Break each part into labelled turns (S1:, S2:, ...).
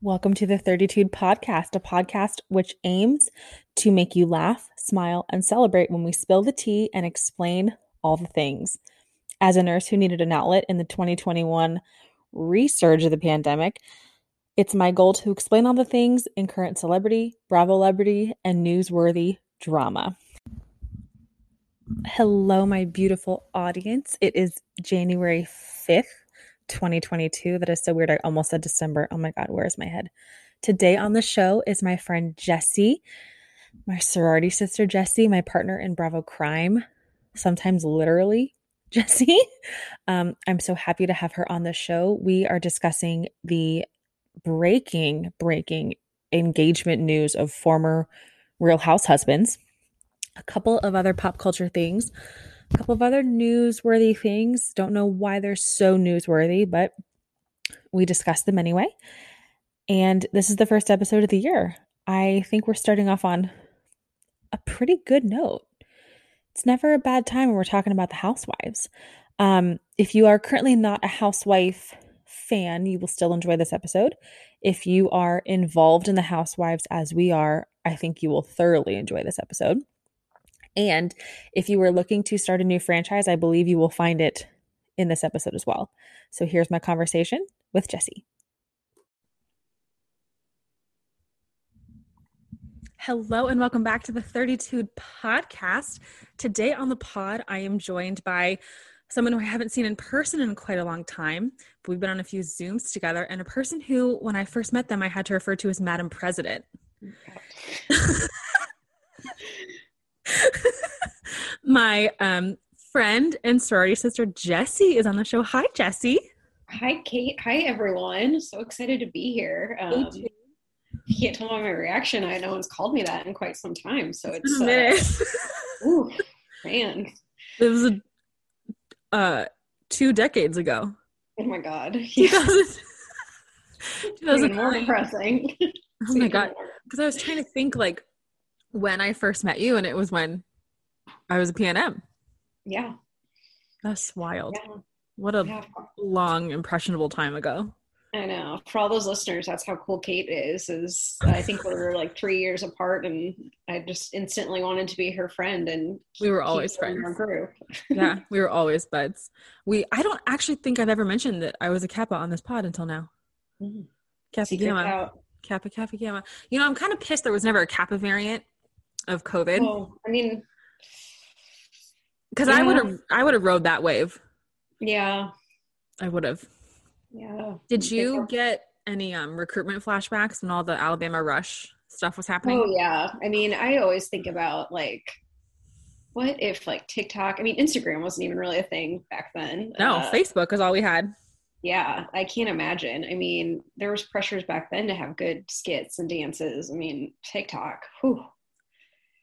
S1: Welcome to the 32 Podcast, a podcast which aims to make you laugh, smile, and celebrate when we spill the tea and explain all the things. As a nurse who needed an outlet in the 2021 resurge of the pandemic, it's my goal to explain all the things in current celebrity, Bravo celebrity, and newsworthy drama. Hello, my beautiful audience. It is January 5th, 2022. That is so weird. I almost said December. Oh my God, where is my head? Today on the show is my friend Jessie, my sorority sister Jessie, my partner in Bravo Crime, sometimes literally Jessie. Um, I'm so happy to have her on the show. We are discussing the breaking, breaking engagement news of former Real House husbands, a couple of other pop culture things a couple of other newsworthy things. Don't know why they're so newsworthy, but we discussed them anyway. And this is the first episode of the year. I think we're starting off on a pretty good note. It's never a bad time when we're talking about the housewives. Um, if you are currently not a housewife fan, you will still enjoy this episode. If you are involved in the housewives as we are, I think you will thoroughly enjoy this episode. And if you were looking to start a new franchise, I believe you will find it in this episode as well. So here's my conversation with Jesse. Hello, and welcome back to the 32 podcast. Today on the pod, I am joined by someone who I haven't seen in person in quite a long time. But we've been on a few Zooms together, and a person who, when I first met them, I had to refer to as Madam President. my um, friend and sorority sister Jessie is on the show. Hi, Jessie.
S2: Hi, Kate. Hi, everyone. So excited to be here. Um, I can't tell by my reaction. I no one's called me that in quite some time. So it's,
S1: a minute.
S2: uh, ooh, man.
S1: it was uh, two decades ago.
S2: Oh my God. Yeah,
S1: 2000
S2: even more
S1: 2009.
S2: depressing.
S1: Oh my god! Because I was trying to think like when I first met you, and it was when I was a PNM.
S2: Yeah.
S1: That's wild.
S2: yeah,
S1: What a
S2: yeah.
S1: long impressionable time ago.
S2: I know. For all those listeners, that's how cool Kate is. Is I think we're like three years apart, and I just instantly wanted to be her friend, and
S1: We were
S2: keep
S1: always
S2: her in
S1: friends.
S2: Our group.
S1: yeah, we were always buds. We I don't actually think I've ever mentioned that I was a Kappa on this pod until now.
S2: Mhm.
S1: Kappa
S2: Secrets
S1: Gamma.
S2: out.
S1: Kappa Kappa Gamma. You know, I'm kind of pissed there was never a Kappa variant of COVID
S2: Well, I mean,
S1: because I
S2: yeah.
S1: would have I would have rode that wave.
S2: yeah,
S1: I would have.
S2: yeah.
S1: Did you
S2: Yeah.
S1: get any um, recruitment flashbacks when all the Alabama Rush stuff was happening?
S2: Oh yeah. I mean, I always think about like what if like TikTok, I mean Instagram wasn't even really a thing back then.
S1: no,
S2: Uh,
S1: Facebook is all we had.
S2: yeah, I can't imagine. I mean, there was pressures back then to have good skits and dances. I mean, TikTok. Whew.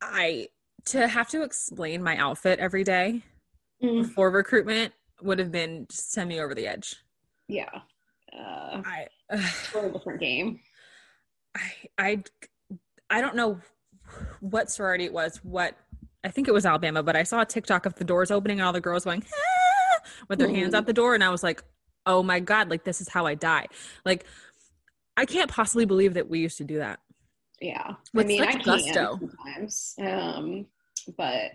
S1: I to have to explain my outfit every day
S2: Mm,
S1: before recruitment would have been just send me over the edge.
S2: yeah. Uh
S1: I
S2: totally different game.
S1: I I I don't know what sorority it was. What I think it was Alabama, but I saw a TikTok of the doors opening and all the girls going "Ah," with their hands
S2: Mhm.
S1: out the door, and I was like, "Oh my god! Like this is how I die!" Like I can't possibly believe that we used to do that.
S2: Yeah.
S1: With
S2: I mean,
S1: such
S2: I can
S1: gusto.
S2: sometimes. Um but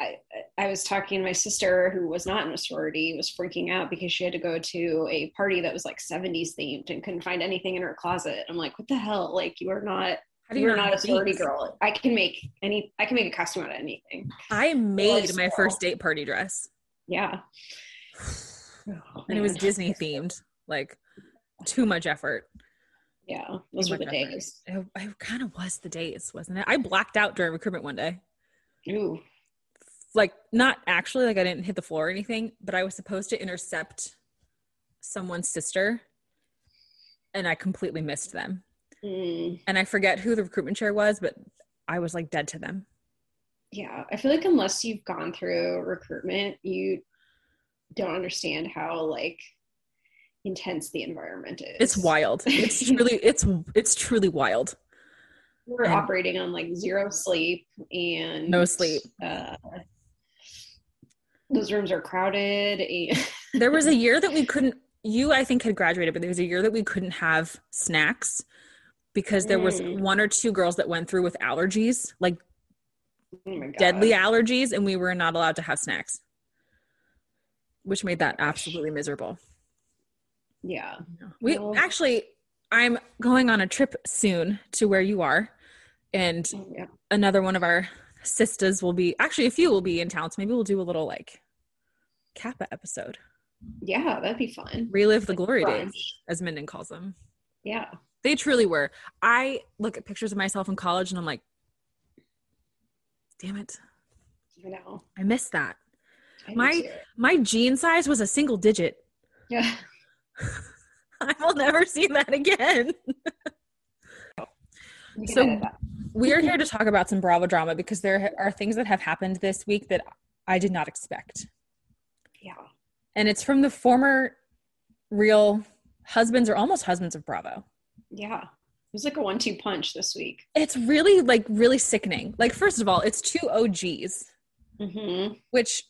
S2: I, I was talking to my sister who was not in a sorority was freaking out because she had to go to a party that was like 70s themed and couldn't find anything in her closet. I'm like, what the hell? Like you are not
S1: How do you
S2: you're
S1: not
S2: not a
S1: have
S2: sorority
S1: beads?
S2: girl. I can make any I can make a costume out of anything.
S1: I made my
S2: so-
S1: first date party dress,
S2: Yeah.
S1: and it was
S2: Man.
S1: Disney themed. Like too much effort.
S2: Yeah. Those
S1: Too
S2: were the
S1: much effort.
S2: days.
S1: It, it kind of was the days, wasn't it? I blacked out during recruitment one day.
S2: Ooh.
S1: like not actually like I didn't hit the floor or anything, but I was supposed to intercept someone's sister and I completely missed them.
S2: Mm.
S1: And I forget who the recruitment chair was, but I was like dead to them.
S2: Yeah. I feel like unless you've gone through recruitment, you don't understand how like intense the environment is.
S1: It's wild. It's truly it's it's truly wild.
S2: we were
S1: And-
S2: operating on like zero sleep and
S1: No sleep.
S2: Uh, those rooms are crowded. And
S1: There was a year that we couldn't you I think had graduated, but there was a year that we couldn't have snacks because there was
S2: Mm.
S1: one or two girls that went through with allergies, like
S2: Oh my God.
S1: deadly allergies, and we were not allowed to have snacks, which made that absolutely miserable.
S2: Yeah.
S1: We
S2: Well-
S1: actually, I'm going on a trip soon to where you are, and
S2: Yeah.
S1: another one of our sisters will be actually a few will be in town. So maybe we'll do a little like Kappa episode,
S2: Yeah, that'd be fun.
S1: relive the glory days,
S2: Brunch.
S1: as Minden calls them.
S2: Yeah.
S1: They truly were. I look at pictures of myself in college and I'm like, damn it,
S2: I know.
S1: I missed that.
S2: I do
S1: My-
S2: too.
S1: My jean size was a single digit.
S2: Yeah.
S1: I will never see that again.
S2: We can
S1: So-
S2: edit that.
S1: we are here to talk about some Bravo drama because there are things that have happened this week that I did not expect.
S2: yeah.
S1: And it's from the former real husbands or almost husbands of Bravo.
S2: Yeah. It was like a one two punch this week.
S1: It's really, like, really sickening. Like, first of all, it's two OGs,
S2: Mm-hmm.
S1: which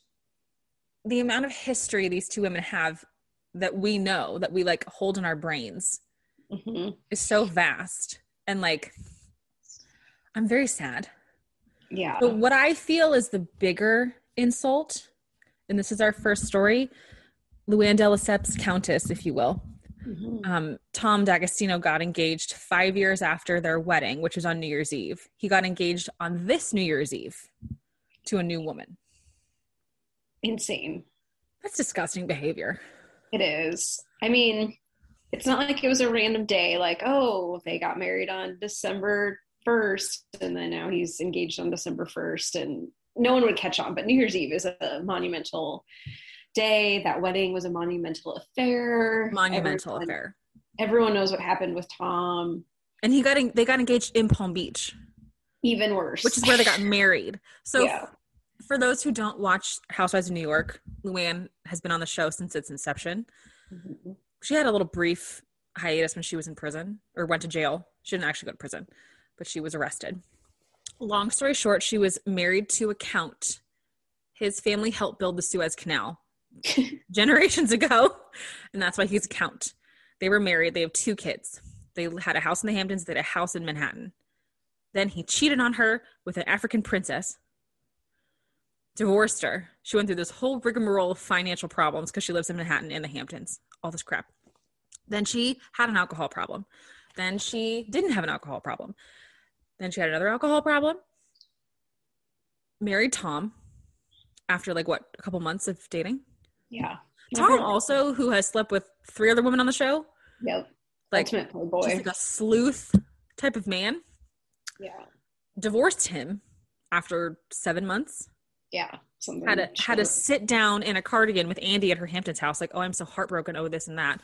S1: the amount of history these two women have that we know, that we like hold in our brains,
S2: Mm-hmm.
S1: is so vast. And, like, I'm very sad.
S2: Yeah.
S1: But what I feel is the bigger insult, and this is our first story, Luann de Lesseps, Countess, if you will.
S2: Mhm.
S1: Um, Tom D'Agostino got engaged five years after their wedding, which was on New Year's Eve. He got engaged on this New Year's Eve to a new woman.
S2: Insane.
S1: That's disgusting behavior.
S2: It is. I mean, it's not like it was a random day, like, oh, they got married on December 1st, and then now he's engaged on December 1st, and no one would catch on. But New Year's Eve is a monumental day. That wedding was a monumental affair.
S1: Monumental
S2: Everyone-
S1: affair.
S2: Everyone knows what happened with Tom.
S1: And he got en- they got engaged in Palm Beach,
S2: Even worse.
S1: which is where they got married. So
S2: yeah.
S1: for those who don't watch Housewives of New York, Luann has been on the show since its inception.
S2: Mhm.
S1: she had a little brief hiatus when she was in prison or went to jail. She didn't actually go to prison, but she was arrested. Long story short, she was married to a count. His family helped build the Suez Canal generations ago, and that's why he's a count. They were married, they have two kids. They had a house in the Hamptons, they had a house in Manhattan. Then he cheated on her with an African princess, divorced her. She went through this whole rigmarole of financial problems because she lives in Manhattan and the Hamptons, all this crap. Then she had an alcohol problem. Then she didn't have an alcohol problem. Then she had another alcohol problem. Married Tom after like what, a couple months of dating?
S2: Yeah.
S1: Tom also, who has slept with three other women on the show,
S2: Yep.
S1: like
S2: Ultimate
S1: just
S2: playboy.
S1: like a sleuth type of man,
S2: yeah.
S1: divorced him after seven months.
S2: Yeah. Something
S1: Had a had a
S2: short.
S1: sit down in a cardigan with Andy at her Hamptons house, like, oh, I'm so heartbroken, oh this and that.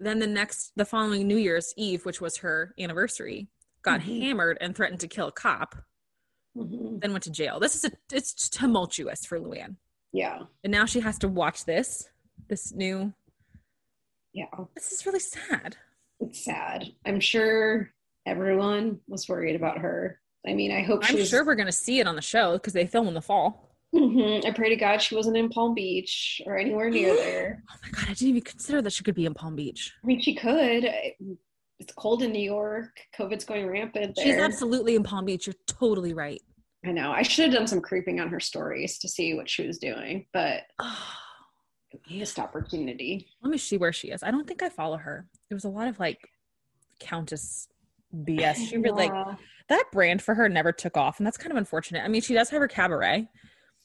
S1: Then the next, the following New Year's Eve, which was her anniversary, got
S2: Mhm.
S1: hammered and threatened to kill a cop.
S2: Mhm.
S1: Then went to jail. This is a it's tumultuous for Luann,
S2: Yeah.
S1: and now she has to watch this. This new.
S2: Yeah.
S1: This is really sad.
S2: It's sad. I'm sure everyone was worried about her. I mean, I hope
S1: I'm
S2: she's.
S1: sure we're gonna see it on the show because they film in the fall.
S2: Mhm. I pray to God she wasn't in Palm Beach or anywhere near there.
S1: Oh my god, I didn't even consider that she could be in Palm Beach.
S2: I mean, she could. I- It's cold in New York. COVID's going rampant there.
S1: She's absolutely in Palm Beach. You're totally right.
S2: I know. I should have done some creeping on her stories to see what she was doing, but missed opportunity.
S1: let me see where she is. I don't think I follow her. It was a lot of like Countess BS. She really like
S2: Yeah.
S1: that brand for her never took off, and that's kind of unfortunate. I mean, she does have her cabaret.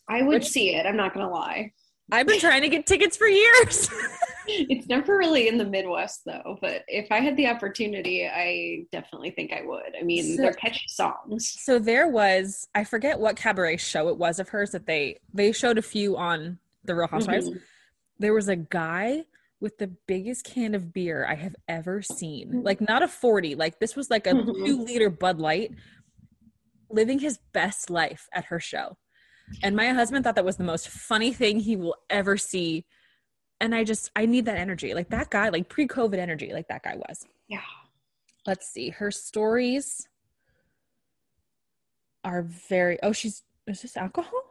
S2: I would see it. I'm not gonna lie.
S1: I've been trying to get tickets for years.
S2: It's never really in the Midwest though. But if I had the opportunity, I definitely think I would. I mean,
S1: So-
S2: they're catchy songs.
S1: so there was I forget what cabaret show it was of hers that they they showed a few on the Real Housewives.
S2: Mhm.
S1: there was a guy with the biggest can of beer I have ever seen. Like not a 40, like this was like a
S2: Mhm.
S1: 2 liter Bud Light living his best life at her show. And my husband thought that was the most funny thing he will ever see. And I just I need that energy. Like that guy, like pre-COVID energy like that guy was.
S2: Yeah.
S1: Let's see. Her stories are very Oh, she's is this alcohol?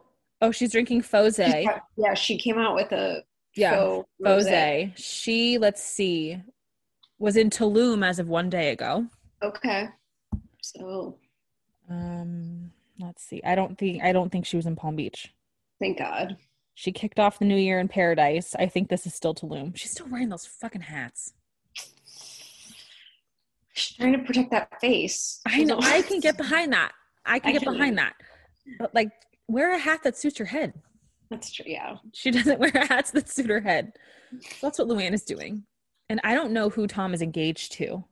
S1: Oh, she's drinking
S2: She's
S1: Fose.
S2: got- yeah, she came out with a
S1: Yeah.
S2: Faux
S1: Bose.
S2: rosé.
S1: She, let's see, was in Tulum as of one day ago.
S2: Okay. So
S1: Um, let's see. I don't think I don't think she was in Palm Beach.
S2: thank God.
S1: She kicked off the new year in paradise. I think this is still Tulum. She's still wearing those fucking hats.
S2: She's trying to protect that face.
S1: I know. I can get behind that. I can
S2: I
S1: get
S2: can-
S1: behind that. But like, wear a hat that suits your head.
S2: That's true. Yeah.
S1: She doesn't wear hats that suit her head. So that's what Luann is doing. And I don't know who Tom is engaged to,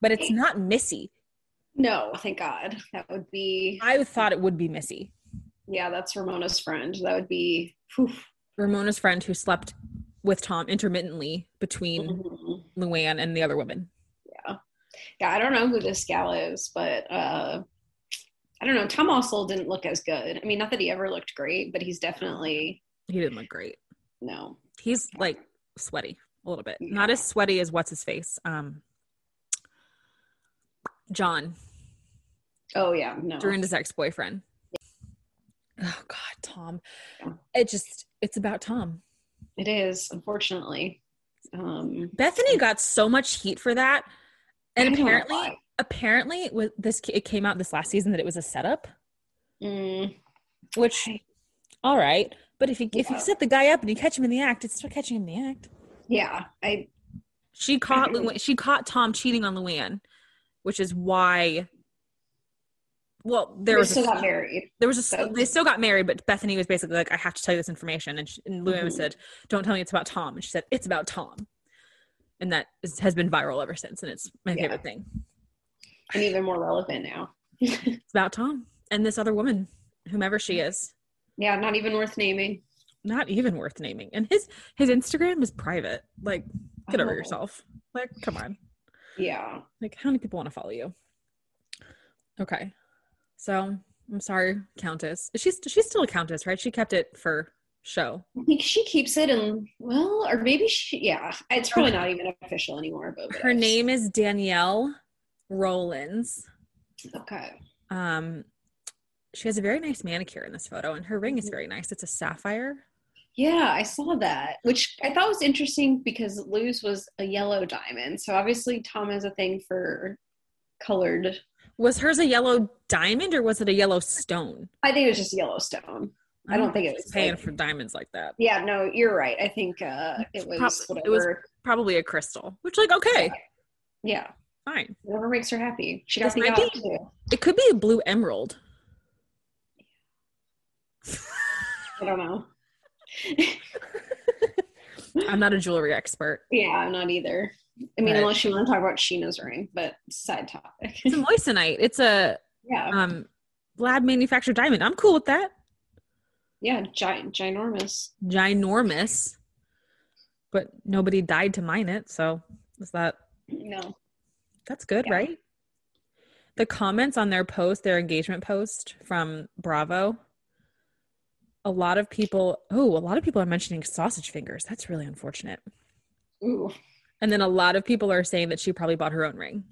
S1: but it's not Missy.
S2: No, thank God. That would be.
S1: I thought it would be Missy,
S2: Yeah, that's Ramona's friend. That would be. Whew.
S1: Ramona's friend who slept with Tom intermittently between
S2: Mhm.
S1: Luann and the other women.
S2: Yeah, I don't know who this gal is, but uh, I don't know. Tom also didn't look as good. I mean, not that he ever looked great, but he's definitely
S1: He didn't look great.
S2: no.
S1: He's like sweaty a little bit.
S2: Yeah.
S1: Not as sweaty as what's his face. Um, John.
S2: Oh yeah, no.
S1: Dorinda's ex-boyfriend. Oh God, Tom.
S2: Yeah.
S1: It just it's about Tom.
S2: It is unfortunately. Um,
S1: Bethany got so much heat for that.
S2: I
S1: And
S2: don't know
S1: apparently
S2: why.
S1: apparently it was this it came out this last season that it was a setup,
S2: mm,
S1: which all right. But if you if
S2: Yeah.
S1: you set the guy up and you catch him in the act, it's still catching him in the act.
S2: yeah, I
S1: She caught Luann, she caught Tom cheating on Luann, which is why well, there
S2: we
S1: was a
S2: still got married.
S1: there was a
S2: So-
S1: they still got married, but Bethany was basically like, "I have to tell you this information," and, she, and Luann
S2: Mhm.
S1: said, "Don't tell me it's about Tom," and she said, "It's about Tom," and that is, has been viral ever since, and it's my
S2: Yeah.
S1: favorite thing.
S2: and even more relevant now.
S1: It's about Tom and this other woman, whomever she is,
S2: Yeah, not even worth naming.
S1: not even worth naming. And his his Instagram is private. Like, get over
S2: Oh.
S1: yourself. Like, come on.
S2: Yeah.
S1: Like, how many people want to follow you? Okay, so I'm sorry, Countess. She's she's still a Countess, right? She kept it for show.
S2: I think she keeps it and well, or maybe she yeah. It's probably not even official anymore, but
S1: her name is Danielle Rollins.
S2: Okay.
S1: Um, she has a very nice manicure in this photo, and her ring is
S2: Mhm.
S1: very nice. It's a sapphire.
S2: Yeah, I saw that, which I thought was interesting because Lou's was a yellow diamond. So obviously Tom has a thing for colored.
S1: Was hers a yellow diamond or was it a yellow stone?
S2: I think it was just Yellowstone. I don't think it
S1: she's
S2: was,
S1: paying
S2: like-
S1: for diamonds like that.
S2: Yeah, no, you're right. I think uh, it was
S1: Prob- it
S2: whatever.
S1: was- Probably a crystal, which like okay,
S2: yeah,
S1: fine.
S2: whatever makes her happy. She got
S1: This
S2: the
S1: might
S2: yacht
S1: be-
S2: too.
S1: It could be a blue emerald.
S2: I don't know.
S1: I'm not a jewelry expert.
S2: Yeah, I'm not either. I mean,
S1: Right.
S2: unless you want to talk about Sheena's ring, but side topic.
S1: It's a moissanite. It's a
S2: yeah,
S1: um lab manufactured diamond. I'm cool with that.
S2: yeah, giant, ginormous.
S1: ginormous, but nobody died to mine it. So is that
S2: No,
S1: that's good,
S2: Yeah.
S1: right? The comments on their post, their engagement post from Bravo, a lot of people. Oh, a lot of people are mentioning sausage fingers. That's really unfortunate.
S2: ooh,
S1: And then a lot of people are saying that she probably bought her own ring.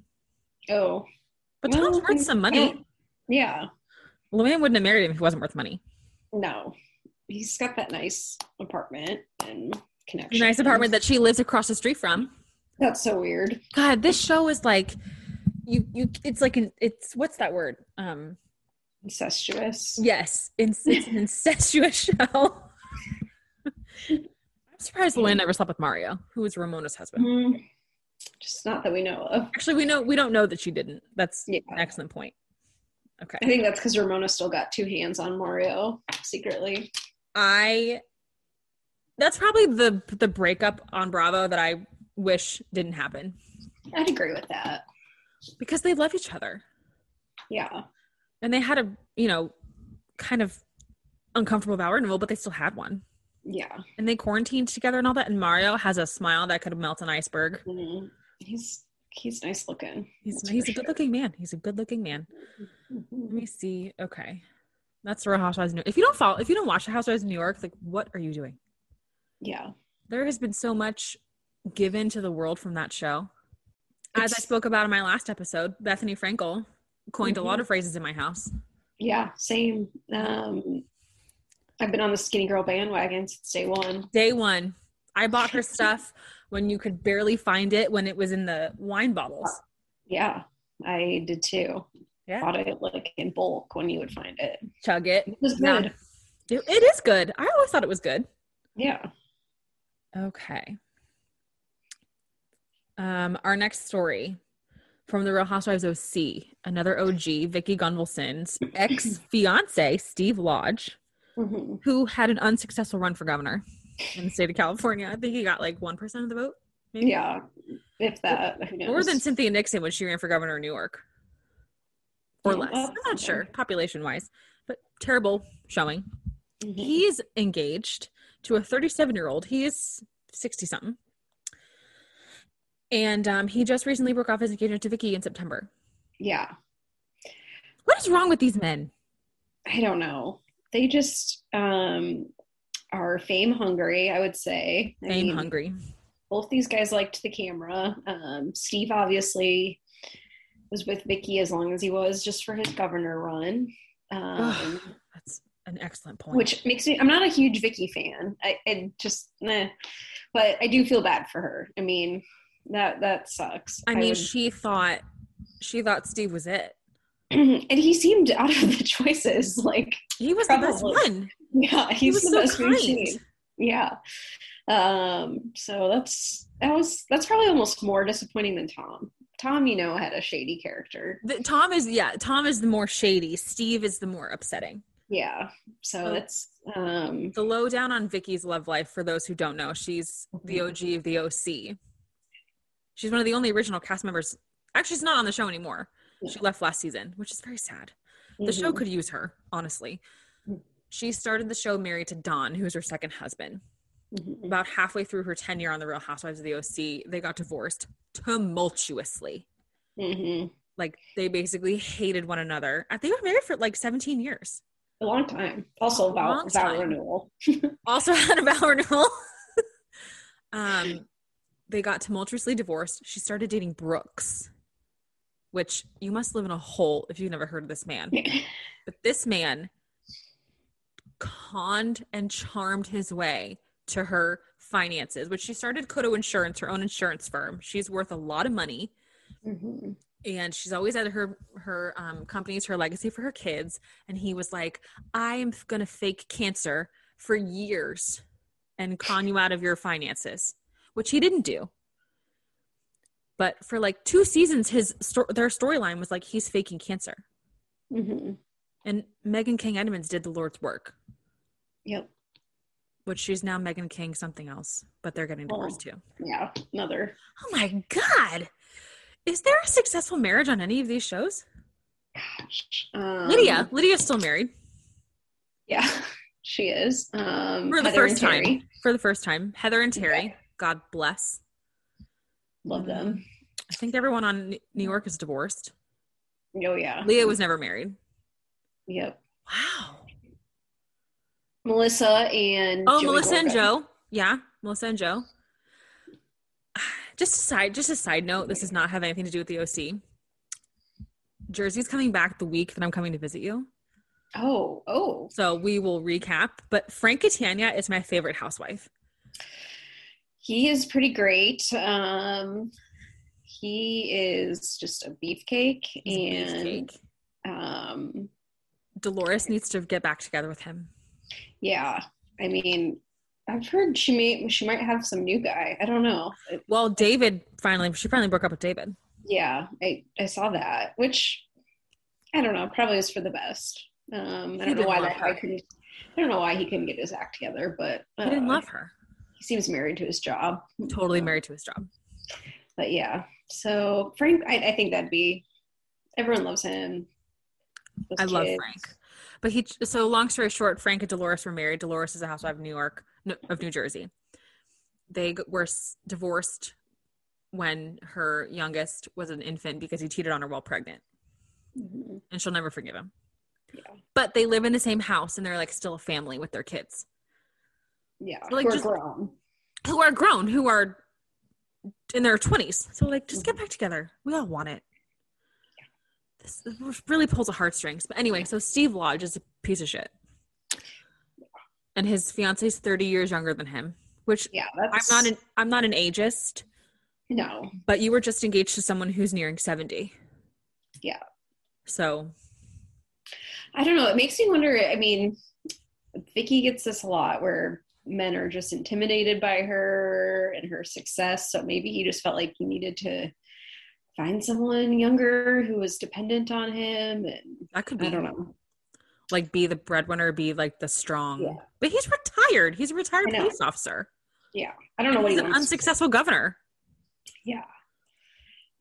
S2: oh,
S1: But
S2: Well,
S1: Tom's worth some money.
S2: yeah,
S1: Luann wouldn't have married him if he wasn't worth money.
S2: no. He's got that nice apartment and
S1: A
S2: connection.
S1: nice apartment that she lives across the street from.
S2: That's so weird.
S1: God, this show is like, you you. It's like an. It's what's that word? Um,
S2: Incestuous.
S1: Yes, in- it's an incestuous show. I'm surprised Luann never slept with Mario, who was Ramona's husband.
S2: Mm, just not that we know of.
S1: Actually, we know we don't know that she didn't. That's
S2: Yeah.
S1: an excellent point.
S2: I
S1: Okay,
S2: think that's because Ramona still got two hands on Mario secretly.
S1: I. That's probably the the breakup on Bravo that I wish didn't happen
S2: I'd agree with that.
S1: because they love each other
S2: Yeah,
S1: and they had a you know kind of uncomfortable vow renewal, but they still had one
S2: yeah.
S1: and they quarantined together and all that. And Mario has a smile that could melt an iceberg.
S2: Mhm. He's he's nice looking.
S1: He's
S2: that's
S1: he's
S2: for
S1: a
S2: sure.
S1: good looking man. He's a good looking man. Let
S2: Mhm.
S1: me see. Okay, that's the Real Housewives of New. If you don't follow, if you don't watch the Housewives of New York, like what are you doing?
S2: Yeah.
S1: There has been so much given to the world from that show. As I
S2: It's-
S1: spoke about in my last episode, Bethany Frankel coined a lot
S2: Mhm.
S1: of phrases in my house.
S2: Yeah, same. Um, I've been on the skinny girl bandwagon since day one.
S1: Day one, I bought her stuff when you could barely find it when it was in the wine bottles.
S2: Yeah, I did too.
S1: Yeah.
S2: Bought it like in bulk when you would find it.
S1: Chug it.
S2: It was
S1: Now-
S2: good.
S1: It, it is good. I always thought it was good.
S2: Yeah.
S1: Okay. Um, our next story from the Real Housewives OC, another OG, Vicky Gunvalson's ex fiance, Steve Lodge,
S2: hmm
S1: who had an unsuccessful run for governor in the state of California. I think he got like 1% of the vote, maybe.
S2: Yeah. If that, who knows?
S1: More than Cynthia Nixon when she ran for governor of New York. Or
S2: Yeah,
S1: less.
S2: well,
S1: I'm not sure,
S2: okay.
S1: population wise, but terrible showing.
S2: Mhm.
S1: He's engaged to a 37 year old. He is 60 something. And um, he just recently broke off his engagement to Vicky in September.
S2: Yeah.
S1: What is wrong with these men?
S2: I don't know. They just um, are fame hungry, I would say. I
S1: Fame
S2: mean,
S1: hungry.
S2: Both these guys liked the camera. Um, Steve obviously was with Vicky as long as he was, just for his governor run.
S1: Ugh,
S2: Um,
S1: That's an excellent point.
S2: which makes me, I'm not a huge Vicky fan. I it just, meh. but I do feel bad for her. I mean, that that sucks.
S1: I mean,
S2: would-
S1: she thought she thought Steve was it.
S2: and he seemed out of the choices. Like,
S1: He was the best
S2: Probably.
S1: one.
S2: Yeah, he's
S1: was
S2: the
S1: so
S2: best we've
S1: kind.
S2: seen. Yeah. Um, so that's that was that's probably almost more disappointing than Tom. Tom, you know, had a shady character.
S1: The, Tom is yeah. Tom is the more shady. Steve is the more upsetting.
S2: Yeah. So
S1: Oh.
S2: that's um
S1: The lowdown on Vicky's love life for those who don't know. She's the OG of the OC. She's one of the only original cast members. Actually, she's not on the show anymore. She left last season, which is very sad. The show
S2: mhm.
S1: could use her, honestly.
S2: Mhm.
S1: She started the show married to Don, who's her second husband.
S2: Mhm.
S1: About halfway through her tenure on The Real Housewives of the OC, they got divorced tumultuously.
S2: Mhm.
S1: Like, they basically hated one another. Uh, They were married for like 17 years.
S2: a long time. Also vow
S1: Long
S2: vow
S1: time.
S2: renewal.
S1: also had a vow renewal. um, they got tumultuously divorced. She started dating Brooks, which you must live in a hole if you've never heard of this man. But this man conned and charmed his way to her finances, which she started Kodo Insurance, her own insurance firm. She's worth a lot of money
S2: Mhm.
S1: and she's always at her her um, company's her legacy for her kids and he was like i am gonna fake cancer for years and con you out of your finances which he didn't do but for like two seasons his sto- their storyline was like he's faking cancer
S2: Mhm.
S1: and megan king edmonds did the lord's work
S2: Yep.
S1: which she's now megan king something else but they're getting divorced too
S2: Yeah. Another
S1: oh my god is there a successful marriage on any of these shows
S2: gosh. Um,
S1: lydia lydia's still married
S2: Yeah. She is. Um
S1: for the
S2: Heather and
S1: first time.
S2: Terry.
S1: For the first time, Heather and Terry.
S2: Yeah.
S1: God bless. Mm-hmm.
S2: Love them.
S1: I think everyone on N- New York is divorced.
S2: Oh yeah.
S1: Leah was never married.
S2: Yep.
S1: Wow.
S2: Melissa and
S1: Oh,
S2: Joey
S1: Melissa and
S2: Gorga.
S1: Joe. Yeah, Melissa and Joe. Just a side, just a side note. This does not have anything to do with the OC. Jersey's coming back the week that I'm coming to visit you,
S2: Oh, oh,
S1: so we will recap. But Frank Catania is my favorite housewife.
S2: he is pretty great. Um, he is just a beefcake,
S1: He's a
S2: and
S1: beefcake.
S2: um,
S1: Dolores needs to get back together with him.
S2: yeah, I mean, I've heard she may she might have some new guy. I don't know. It-
S1: Well, David finally, she finally broke up with David.
S2: yeah, I I saw that, which I don't know. Probably is for the best. Um, I
S1: He
S2: don't know
S1: didn't
S2: why
S1: love
S2: that guy
S1: her.
S2: couldn't. I don't know why he couldn't get his act together, but
S1: I didn't
S2: uh,
S1: love her.
S2: he seems married to his job.
S1: Totally
S2: Um,
S1: married to his job.
S2: but yeah so frank i, I think that'd be everyone loves him Those
S1: I love
S2: kids.
S1: Frank. But he so long story short, Frank and Dolores were married. Dolores is a housewife of New York no, of New Jersey. They g- were s- divorced when her youngest was an infant because he cheated on her while pregnant,
S2: Mhm.
S1: and she'll never forgive him.
S2: Yeah.
S1: But they live in the same house and they're like still a family with their kids
S2: yeah
S1: So, like,
S2: we're
S1: just-
S2: grown
S1: who are grown, who are in their 20s. So like just get back together. We all want it. This this really pulls at heartstrings. But anyway, so Steve Lodge is a piece of shit. And his fiance's 30 years younger than him. which
S2: Yeah,
S1: I'm
S2: that's
S1: not an I'm not an ageist,
S2: no.
S1: but you were just engaged to someone who's nearing 70.
S2: Yeah.
S1: So,
S2: I don't know. It makes me wonder. I mean, Vicky gets this a lot where men are just intimidated by her and her success. So maybe he just felt like he needed to find someone younger who was dependent on him. And
S1: that could
S2: I
S1: be
S2: don't know.
S1: like be the breadwinner, be like the strong.
S2: Yeah.
S1: But he's retired. He's a retired
S2: I know.
S1: police officer.
S2: I don't know
S1: And
S2: what
S1: he's
S2: he
S1: an
S2: wants.
S1: unsuccessful governor.
S2: yeah.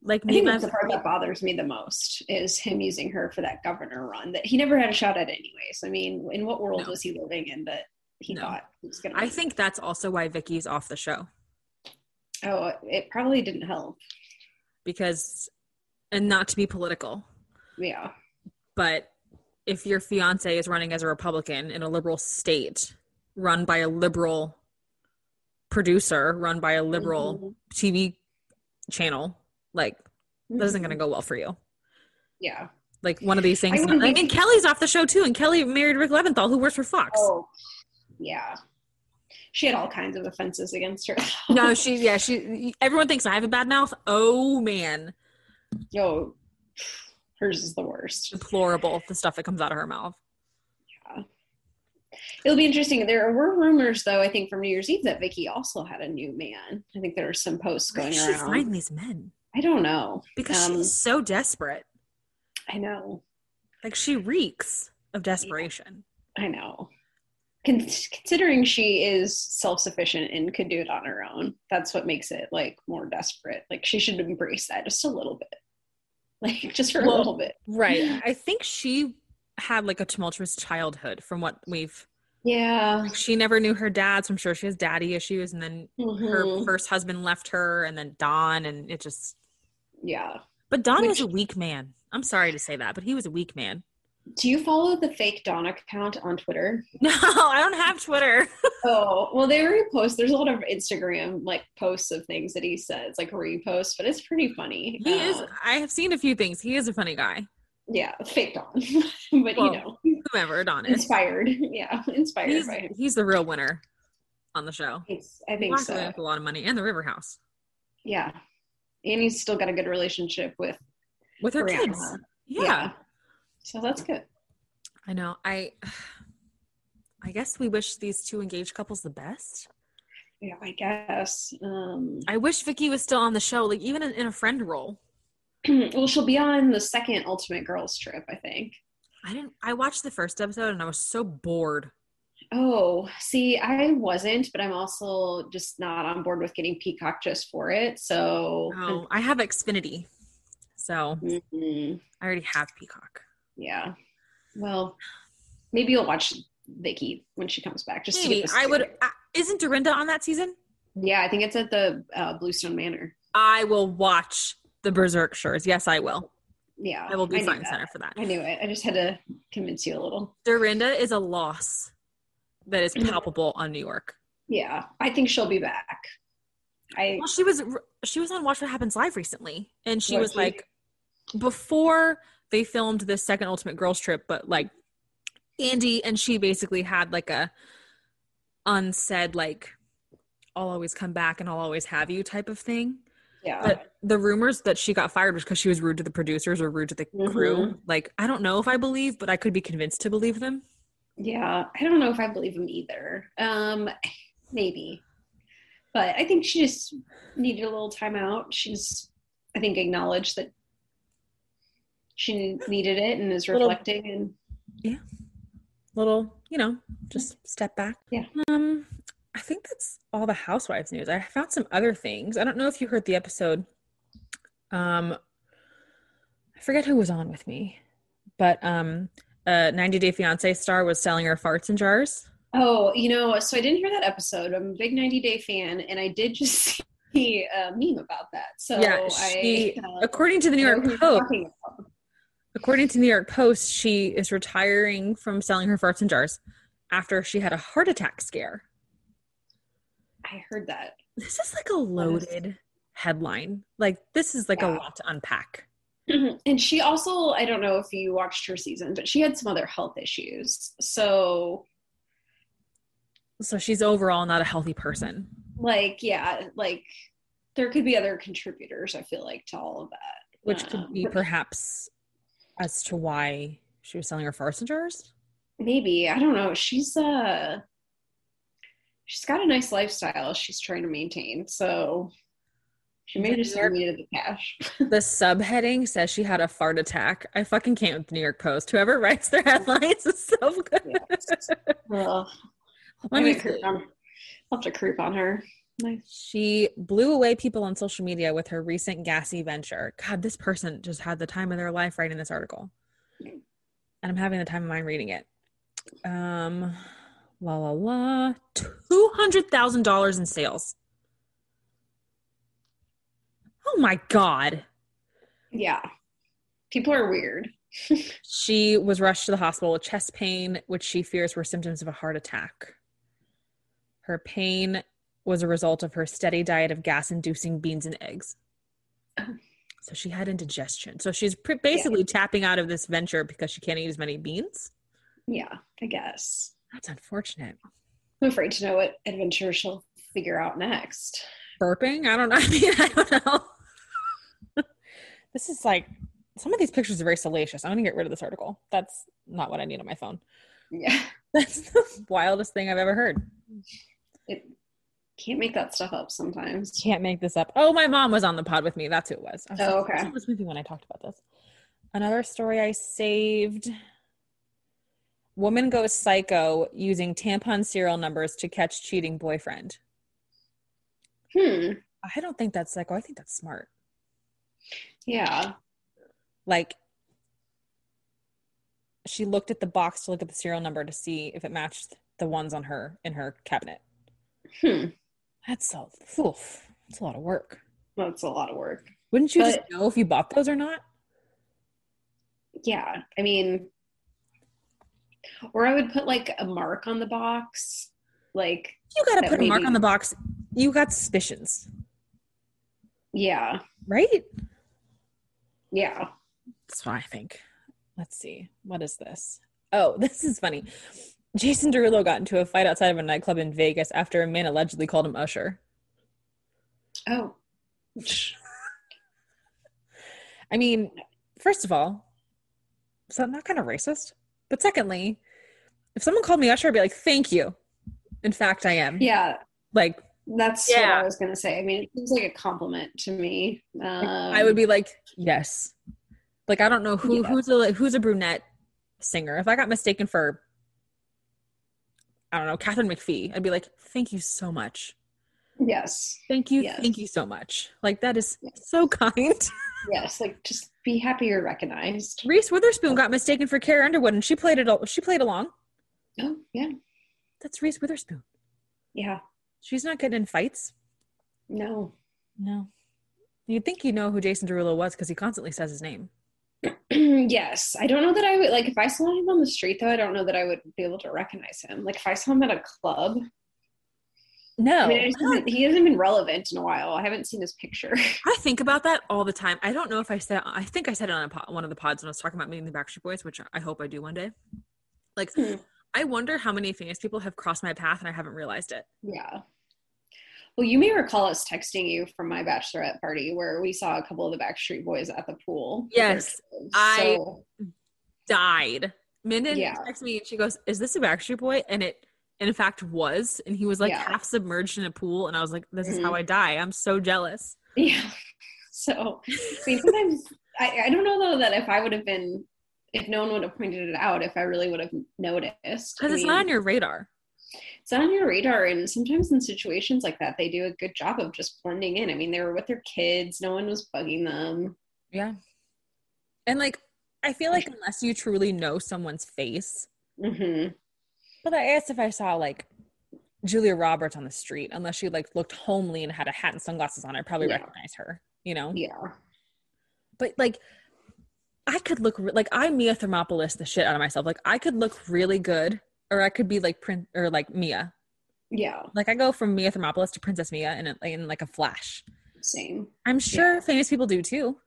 S1: Like
S2: I think
S1: me,
S2: that's the part that bothers me the most is him using her for that governor run that he never had a shot at anyways. I mean, in what world
S1: No.
S2: was he living in that he
S1: No.
S2: thought he was gonna
S1: I think that's also why Vicky's off the show
S2: oh it probably didn't help.
S1: because, and not to be political,
S2: Yeah.
S1: but if your fiance is running as a Republican in a liberal state run by a liberal producer, run by a liberal
S2: Mm-hmm.
S1: TV channel, like
S2: Mhm.
S1: that isn't going to go well for you.
S2: Yeah.
S1: Like one of these things. I,
S2: wouldn't be-
S1: mean, Kelly's off the show too, and Kelly married Rick Leventhal, who works for Fox.
S2: Oh, yeah. She had all kinds of offenses against her.
S1: No, she, yeah, she. Everyone thinks I have a bad mouth. Oh man,
S2: Yo, hers is the worst.
S1: deplorable the stuff that comes out of her mouth.
S2: It'll be interesting. There were rumors, though, I think from New Year's Eve that Vicky also had a new man. I think there were some posts
S1: Where
S2: going
S1: does she find
S2: around.
S1: these men?
S2: I don't know.
S1: Because
S2: Um,
S1: she's so desperate.
S2: I know.
S1: Like she reeks of desperation.
S2: I know. Con- considering she is self-sufficient and could do it on her own, that's what makes it like more desperate. Like she should embrace that just a little bit, like just for a
S1: Well,
S2: little bit.
S1: Right. I think she had like a tumultuous childhood from what we've
S2: Yeah.
S1: like, she never knew her dad, so I'm sure she has daddy issues and then her
S2: Mhm.
S1: first husband left her and then Don and it just
S2: Yeah.
S1: But Don was
S2: Which-
S1: a weak man. I'm sorry to say that, but he was a weak man.
S2: Do you follow the fake Dawn account on Twitter?
S1: No, I don't have Twitter.
S2: Oh, well, they repost. There's a lot of Instagram like posts of things that he says, like reposts, but it's pretty funny.
S1: He is
S2: Uh,
S1: I have seen a few things. He is a funny guy.
S2: yeah, fake Dawn, but
S1: Well,
S2: you know,
S1: Whomever Don is.
S2: inspired. Yeah, inspired
S1: He's,
S2: by him.
S1: he's the real winner on the show.
S2: It's, I
S1: He
S2: think
S1: walked
S2: so.
S1: away with a lot of money and the River House
S2: Yeah, and he's still got a good relationship with
S1: with her
S2: Brianna.
S1: kids. Yeah.
S2: so that's good.
S1: I know. I I guess we wish these two engaged couples the best.
S2: Yeah, I guess. Um,
S1: I wish Vicky was still on the show, like even in, in a friend role.
S2: well, she'll be on the second Ultimate Girls trip, I think.
S1: I didn't. I watched the first episode and I was so bored.
S2: Oh, see, I wasn't, but I'm also just not on board with getting Peacock just for it. So,
S1: Oh, I have Xfinity, so
S2: Mm,
S1: I already have Peacock.
S2: yeah. Well, maybe you'll watch Vicky when she comes back. Just to
S1: Maybe
S2: get the
S1: I would.
S2: spirit.
S1: I, isn't Dorinda on that season?
S2: Yeah, I think it's at the uh, Bluestone Manor.
S1: I will watch the Berserkshires. Yes, I will.
S2: Yeah,
S1: I will be
S2: knew
S1: front and
S2: that.
S1: center for that.
S2: I knew it. I just had to convince you a little.
S1: Dorinda is a loss that is palpable on New York.
S2: Yeah, I think she'll be back. I
S1: Well, she was she was on Watch What Happens Live recently, and she
S2: Was
S1: was
S2: she?
S1: like, before they filmed this second Ultimate Girls Trip, but like Andy and she basically had like a unsaid like, I'll always come back and I'll always have you type of thing.
S2: yeah.
S1: But the rumors that she got fired was because she was rude to the producers or rude to the
S2: Mm-hmm.
S1: crew. Like I don't know if I believe, but I could be convinced to believe them.
S2: Yeah, I don't know if I believe him either. Um, maybe, but I think she just needed a little time out. She's, I think, acknowledged that she needed it and is
S1: Little-
S2: reflecting. And
S1: little, you know, just step back.
S2: Yeah.
S1: Um, I think that's all the housewives news. I found some other things. I don't know if you heard the episode. Um, I forget who was on with me, but um, a 90 Day Fiance star was selling her farts in jars.
S2: oh, you know, so I didn't hear that episode. I'm a big 90 Day fan, and I did just see a meme about that. So
S1: yeah, she,
S2: I, uh,
S1: according to the New
S2: know
S1: York
S2: who you're
S1: Post,
S2: talking about.
S1: according to the New York Post, she is retiring from selling her farts in jars after she had a heart attack scare.
S2: I heard that.
S1: This is like a loaded headline. Like this is like a
S2: Yeah.
S1: lot to unpack.
S2: and she also i don't know if you watched her season but she had some other health issues so
S1: So she's overall not a healthy person.
S2: Like, yeah, like there could be other contributors, I feel like, to all of that.
S1: Which could be
S2: Um,
S1: perhaps as to why she was selling her foragers.
S2: Maybe. I don't know. She's uh she's got a nice lifestyle she's trying to maintain. So she may just have needed the cash.
S1: The subheading says she had a fart attack. I fucking can't with the New York Post. Whoever writes their headlines is so good.
S2: Well,
S1: Let
S2: I'm
S1: me
S2: gonna
S1: see.
S2: creep on- I'll have to creep on her. Nice.
S1: She blew away people on social media with her recent gassy venture. God, this person just had the time of their life writing this article. And I'm having the time of mine reading it. Um, la la la. $200,000 in sales. Oh my God.
S2: Yeah. People are weird.
S1: She was rushed to the hospital with chest pain, which she fears were symptoms of a heart attack. Her pain was a result of her steady diet of gas inducing beans and eggs.
S2: Oh.
S1: So she had indigestion. So she's pr- basically tapping out of this venture because she can't eat as many beans.
S2: Yeah, I guess.
S1: That's unfortunate.
S2: I'm afraid to know what adventure she'll figure out next.
S1: Burping? I don't know. I mean, I don't know. this is like some of these pictures are very salacious. I'm going to get rid of this article. That's not what I need on my phone.
S2: Yeah.
S1: That's the wildest thing I've ever heard.
S2: It can't make that stuff up sometimes.
S1: can't make this up. Oh, my mom was on the pod with me. That's who it was. I was
S2: Oh,
S1: like,
S2: okay.
S1: I was with you when I talked about this. Another story I saved. Woman goes psycho using tampon serial numbers to catch cheating boyfriend.
S2: Hmm.
S1: I don't think that's psycho. I think that's smart.
S2: Yeah.
S1: Like, she looked at the box to look at the serial number to see if it matched the ones on her in her cabinet.
S2: Hmm.
S1: That's so, oof, that's a lot of work.
S2: That's a lot of work.
S1: Wouldn't you
S2: But-
S1: just know if you bought those or not?
S2: Yeah. I mean, or I would put like a mark on the box. Like,
S1: You got to
S2: that
S1: put a mark
S2: maybe-
S1: on the box. You got suspicions,
S2: yeah.
S1: right?
S2: Yeah.
S1: That's what I think. Let's see. What is this? Oh, this is funny. Jason Derulo got into a fight outside of a nightclub in Vegas after a man allegedly called him Usher.
S2: Oh,
S1: I mean, first of all, is that not kind of racist? But secondly, if someone called me Usher, I'd be like, thank you. In fact, I am.
S2: yeah.
S1: Like,
S2: That's what
S1: Yeah.
S2: I was going to say. I mean, it seems like a compliment to me. Um,
S1: I would be like, yes. Like I don't know who
S2: Yeah.
S1: who's a who's a brunette singer. If I got mistaken for I don't know, Catherine McPhee, I'd be like, thank you so much.
S2: Yes.
S1: Thank you,
S2: Yes.
S1: thank you so much. Like that is so kind.
S2: Yes. Like, just be happy you're recognized.
S1: Reese Witherspoon got mistaken for Carrie Underwood and she played it al- she played along.
S2: Oh, yeah.
S1: That's Reese Witherspoon.
S2: Yeah.
S1: She's not getting in fights.
S2: No.
S1: No. You'd think you know who Jason Derulo was because he constantly says his name.
S2: yes. I don't know that I would like if I saw him on the street though, I don't know that I would be able to recognize him. Like if I saw him at a club,
S1: No.
S2: I
S1: Oh.
S2: mean, I just haven't- he hasn't been relevant in a while. I haven't seen his picture.
S1: I think about that all the time. I don't know if I said I think I said it on a po- one of the pods when I was talking about meeting the Backstreet Boys, which I hope I do one day. Like,
S2: Hmm.
S1: I wonder how many famous people have crossed my path and I haven't realized it.
S2: yeah. Well, you may recall us texting you from my bachelorette party where we saw a couple of the Backstreet Boys at the pool. with their
S1: Yes,
S2: kids.
S1: I-
S2: So,
S1: Died. Minden
S2: Yeah.
S1: texts me and she goes, "Is this a Backstreet Boy?" And it, in fact, was. And he was like
S2: Yeah. Mm-hmm.
S1: half submerged in a pool, and I was like, "This is how I die." I'm so jealous.
S2: yeah. So, I mean, sometimes I, I don't know though that if I would have been, if no one would have pointed it out, if I really would have noticed.
S1: Because
S2: I
S1: it's not
S2: mean,
S1: on your radar.
S2: it's not on your radar and sometimes in situations like that they do a good job of just blending in i mean they were with their kids no one was bugging them
S1: Yeah. And like, I feel like unless you truly know someone's face,
S2: hmm
S1: Well, I asked if I saw like Julia Roberts on the street, unless she like looked homely and had a hat and sunglasses on. I probably
S2: Yeah.
S1: recognize her, you know.
S2: yeah
S1: But like, I could look re- like I Mia Thermopolis the shit out of myself. Like I could look really good, or I could be like print or like Mia.
S2: yeah
S1: Like I go from Mia Thermopolis to Princess Mia in a, in like a flash.
S2: same
S1: I'm sure famous people do too.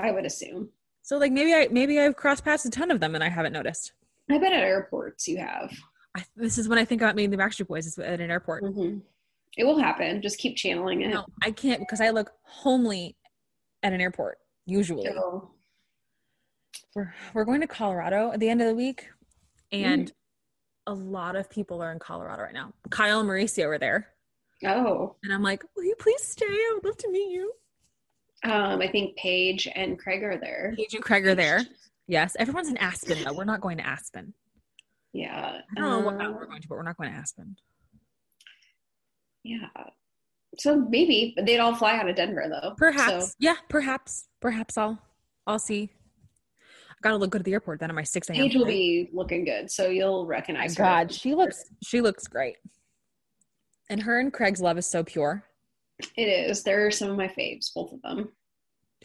S2: i would assume
S1: So like maybe I maybe I've crossed paths a ton of them and I haven't noticed.
S2: i bet at airports you have
S1: I, this is when I think about meeting the Backstreet Boys is at an airport.
S2: Mhm. It will happen. Just keep channeling it.
S1: No, I can't because I look homely at an airport usually.
S2: So,
S1: We're we're going to Colorado at the end of the week, and
S2: Mm.
S1: a lot of people are in Colorado right now. Kyle and Mauricio were there,
S2: oh,
S1: and I'm like, "Will you please stay? I would love to meet you."
S2: um, I think Paige and Craig are there.
S1: Paige and Craig are there. Yes, everyone's in Aspen though. We're not going to Aspen.
S2: Yeah.
S1: I don't know what mountain
S2: Um,
S1: we're going to, but we're not going to Aspen.
S2: Yeah. So maybe, but they'd all fly out of Denver though.
S1: Perhaps,
S2: So
S1: yeah, perhaps, perhaps I'll I'll see. I gotta look good at the airport then on my six a.m.
S2: Paige will
S1: flight.
S2: be looking good, so you'll
S1: my
S2: recognize her.
S1: god she looks she looks great and her and craig's love is so pure
S2: It is. They're some of my faves, both of them.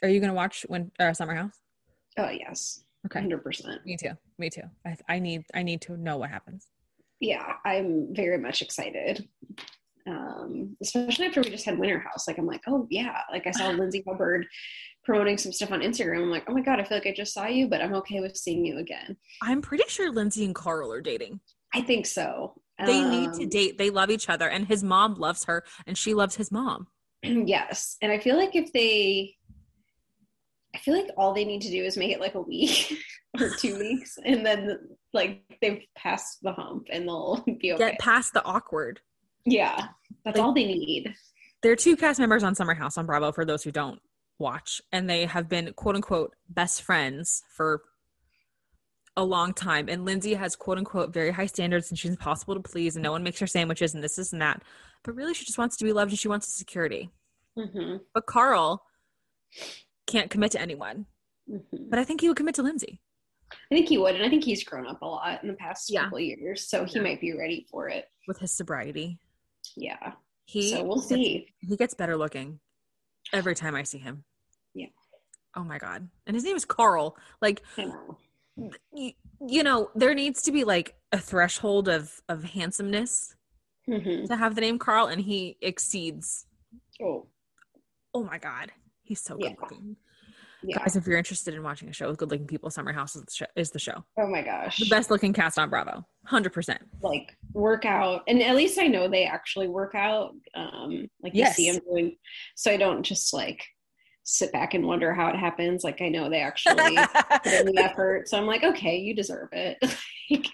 S1: are you gonna watch when uh, summer house
S2: Oh yes,
S1: okay
S2: hundred percent.
S1: me too me too I, I need i need to know what happens
S2: Yeah, I'm very much excited. Um, especially after we just had Winter House, like I'm like, oh yeah, like I saw Lindsay Hubbard promoting some stuff on Instagram. I'm like, oh my god, I feel like I just saw you, but I'm okay with seeing you again.
S1: i'm pretty sure lindsay and carl are dating
S2: I think so.
S1: they need to
S2: Um,
S1: date they love each other and his mom loves her and she loves his mom
S2: yes, and I feel like if they, I feel like all they need to do is make it like a week or two weeks, and then like they've passed the hump and they'll be okay.
S1: get past the awkward
S2: Yeah, that's
S1: Like-
S2: all they need.
S1: there are two cast members on summer house on bravo for those who don't watch and they have been quote unquote best friends for a long time and lindsay has quote unquote very high standards and she's impossible to please and no one makes her sandwiches and this this and that but really she just wants to be loved and she wants security
S2: hmm
S1: but carl can't commit to anyone
S2: hmm
S1: but i think he would commit to lindsay
S2: I think he would, and I think he's grown up a lot in the past
S1: Yeah.
S2: couple years, so he
S1: Yeah.
S2: might be ready for it.
S1: with his sobriety
S2: Yeah,
S1: he
S2: so we'll
S1: gets-
S2: see.
S1: he gets better looking every time i see him
S2: Yeah.
S1: oh my god and his name is carl like
S2: I know.
S1: you, you know there needs to be like a threshold of of handsomeness
S2: hmm
S1: to have the name carl and he exceeds
S2: Oh,
S1: oh my god he's so
S2: Yeah.
S1: good looking
S2: yeah.
S1: guys if you're interested in watching a show with good looking people summer house is the show, is the, show.
S2: Oh my gosh.
S1: the best looking cast on bravo 100%
S2: like work out and at least i know they actually work out um like
S1: Yes.
S2: you see them doing so i don't just like sit back and wonder how it happens like i know they actually put in the effort so i'm like okay you deserve it like,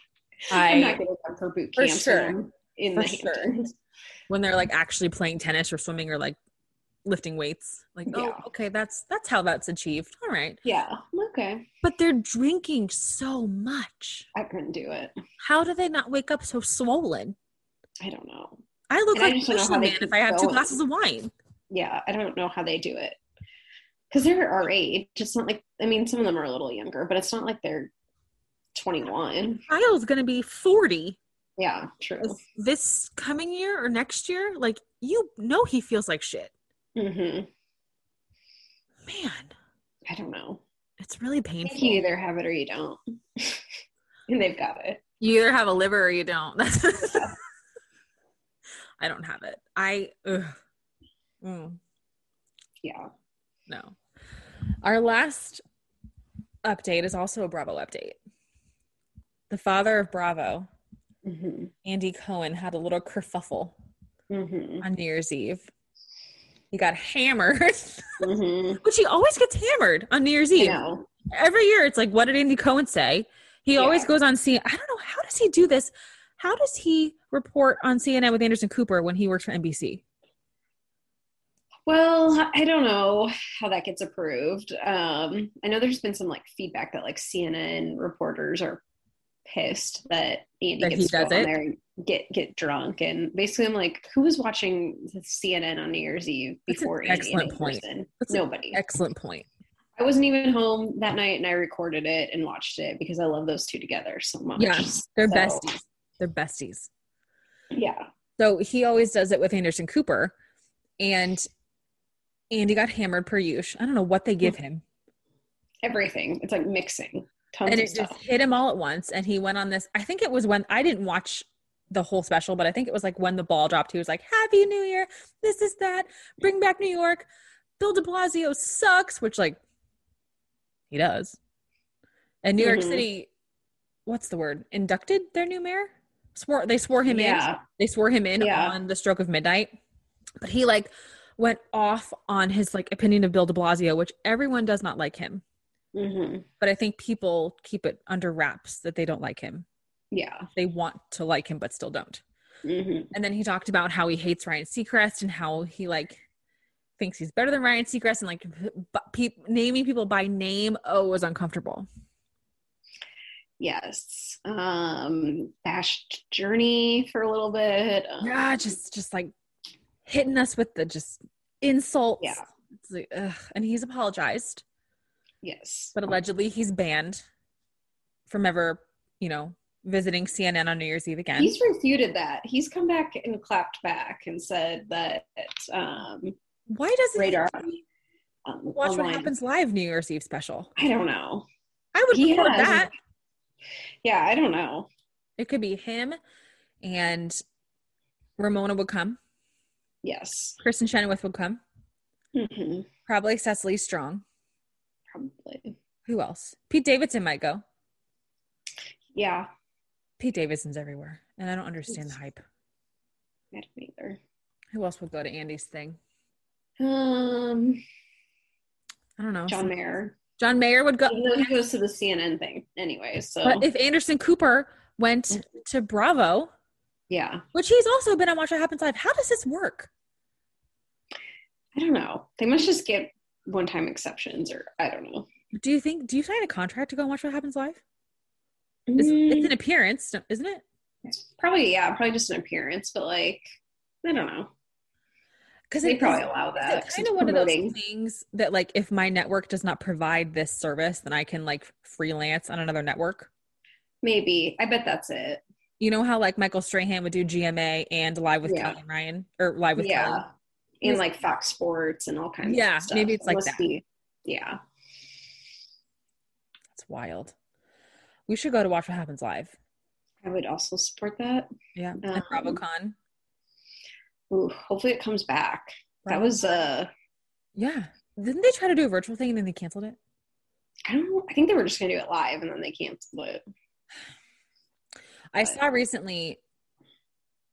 S2: i'm not
S1: I,
S2: gonna come for boot
S1: For
S2: camp
S1: sure.
S2: when I'm in
S1: For
S2: the
S1: sure.
S2: Hamptons.
S1: when they're like actually playing tennis or swimming or like lifting weights like
S2: Yeah.
S1: oh okay that's that's how that's achieved all right
S2: yeah okay
S1: but they're drinking so much
S2: i couldn't do it
S1: how do they not wake up so swollen
S2: i don't know
S1: I look
S2: And I
S1: like
S2: just
S1: a
S2: don't know how
S1: Michelin
S2: they
S1: man if
S2: keep
S1: I have two
S2: going.
S1: glasses of wine.
S2: yeah i don't know how they do it because they're our age it's not like i mean some of them are a little younger but it's not like they're 21
S1: Kyle's gonna be 40
S2: yeah true
S1: this coming year or next year. Like you know he feels like shit.
S2: hmm
S1: Man,
S2: I don't know.
S1: it's really
S2: I
S1: painful.
S2: think you either have it or you don't. and they've got it.
S1: You either have a liver or you don't. That's I don't have it. I ugh. Mm,
S2: Yeah.
S1: no. Our last update is also a Bravo update. The father of Bravo,
S2: hmm
S1: Andy Cohen, had a little kerfuffle
S2: hmm
S1: on New Year's Eve. He got hammered,
S2: hmm
S1: which he always gets hammered on New Year's
S2: You
S1: Eve.
S2: know.
S1: Every year, it's like, what did Andy Cohen say? He always
S2: Yeah.
S1: goes on CNN. I don't know how does he do this. How does he report on CNN with Anderson Cooper when he works for NBC?
S2: Well, I don't know how that gets approved. Um, I know there's been some like feedback that like CNN reporters are pissed that Andy
S1: That he
S2: gets to go
S1: does
S2: on
S1: it?
S2: there and get get drunk. And basically, I'm like, who was watching CNN on New Year's Eve
S1: That's an
S2: before Andy and
S1: excellent point.
S2: Anderson?
S1: That's an
S2: Nobody.
S1: Excellent point.
S2: I wasn't even home that night, and I recorded it and watched it because I love those two together so much.
S1: Yeah, they're
S2: So,
S1: besties. They're besties.
S2: Yeah,
S1: So he always does it with Anderson Cooper, and Andy got hammered per usual. I don't know what they
S2: Mm.
S1: give him.
S2: everything. It's like mixing tons
S1: and
S2: of
S1: it
S2: stuff.
S1: just hit him all at once and he went on this i think it was when i didn't watch the whole special but i think it was like when the ball dropped he was like happy new year this is that bring back new york bill de blasio sucks which like he does and new york
S2: Mhm.
S1: city what's the word inducted their new mayor swore they swore him in.
S2: yeah.
S1: They swore him in
S2: Yeah.
S1: on the stroke of midnight. But he like went off on his like opinion of Bill de Blasio, which everyone does not like him.
S2: hmm
S1: But I think people keep it under wraps that they don't like him.
S2: Yeah.
S1: They want to like him but still don't.
S2: hmm
S1: And then he talked about how he hates Ryan Seacrest and how he like thinks he's better than Ryan Seacrest and like b- pe- naming people by name oh was uncomfortable.
S2: Yes. Um, bashed Journey for a little bit. Um,
S1: Yeah, just just like hitting us with the just insults.
S2: Yeah.
S1: It's like, ugh. And he's apologized,
S2: Yes.
S1: but allegedly he's banned from ever, you know, visiting CNN on New Year's Eve again.
S2: He's refuted that. He's come back and clapped back and said that um,
S1: Why doesn't
S2: Radar.
S1: he
S2: um,
S1: watch
S2: online-
S1: what happens live New Year's Eve special?
S2: I don't know.
S1: I would
S2: He
S1: record
S2: has.
S1: that.
S2: Yeah, I don't know.
S1: It could be him and Ramona would come.
S2: Yes.
S1: Kristen Chenoweth would come.
S2: hmm
S1: Probably Cecily Strong.
S2: Probably.
S1: Who else? Pete Davidson might go.
S2: Yeah.
S1: Pete Davidson's everywhere, and I don't understand the
S2: Yes.
S1: hype.
S2: I don't either.
S1: Who else would go to Andy's thing?
S2: Um,
S1: I don't know.
S2: John Mayer.
S1: John Mayer would go.
S2: Even though he goes to the CNN thing anyway. So
S1: But if Anderson Cooper went to Bravo,
S2: yeah,
S1: which he's also been on Watch What Happens Live, how does this work?
S2: I don't know. They must just get one-time exceptions, or I don't know.
S1: Do you think? Do you sign a contract to go and watch What Happens Live? It's, it's an appearance, don't- isn't it?
S2: It's probably yeah, probably just an appearance, but like I don't know.
S1: Because
S2: They probably allow that.
S1: It's
S2: 'cause
S1: kind of one of those
S2: promoting.
S1: things that, like, if my network does not provide this service, then I can like freelance on another network.
S2: Maybe I bet that's it.
S1: You know how like Michael Strahan would do GMA and Live with
S2: Yeah.
S1: Kelly and Ryan or Live with
S2: yeah,
S1: Kelly.
S2: and like Fox Sports and all kinds.
S1: Yeah,
S2: of stuff.
S1: maybe it's like
S2: must
S1: that.
S2: be- yeah,
S1: That's wild. We should go to Watch What Happens Live.
S2: I would also support that.
S1: Yeah, and
S2: Um,
S1: BravoCon.
S2: Ooh, hopefully it comes back. That
S1: Bravo-
S2: was uh,
S1: yeah. Didn't they try to do a virtual thing and then they canceled it?
S2: I don't. I think they were just gonna do it live, and then they canceled it.
S1: I
S2: But-
S1: saw recently,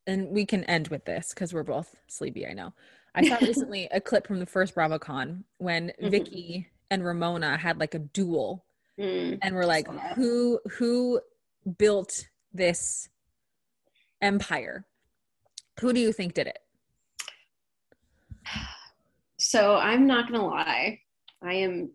S1: and we can end with this because we're both sleepy. I know. I saw recently a clip from the first BravoCon when
S2: Mhm.
S1: Vicky and Ramona had like a duel,
S2: Mm,
S1: and were like,
S2: saw that.
S1: "Who who built this empire? Who do you think did it?"
S2: So I'm not gonna lie. I am.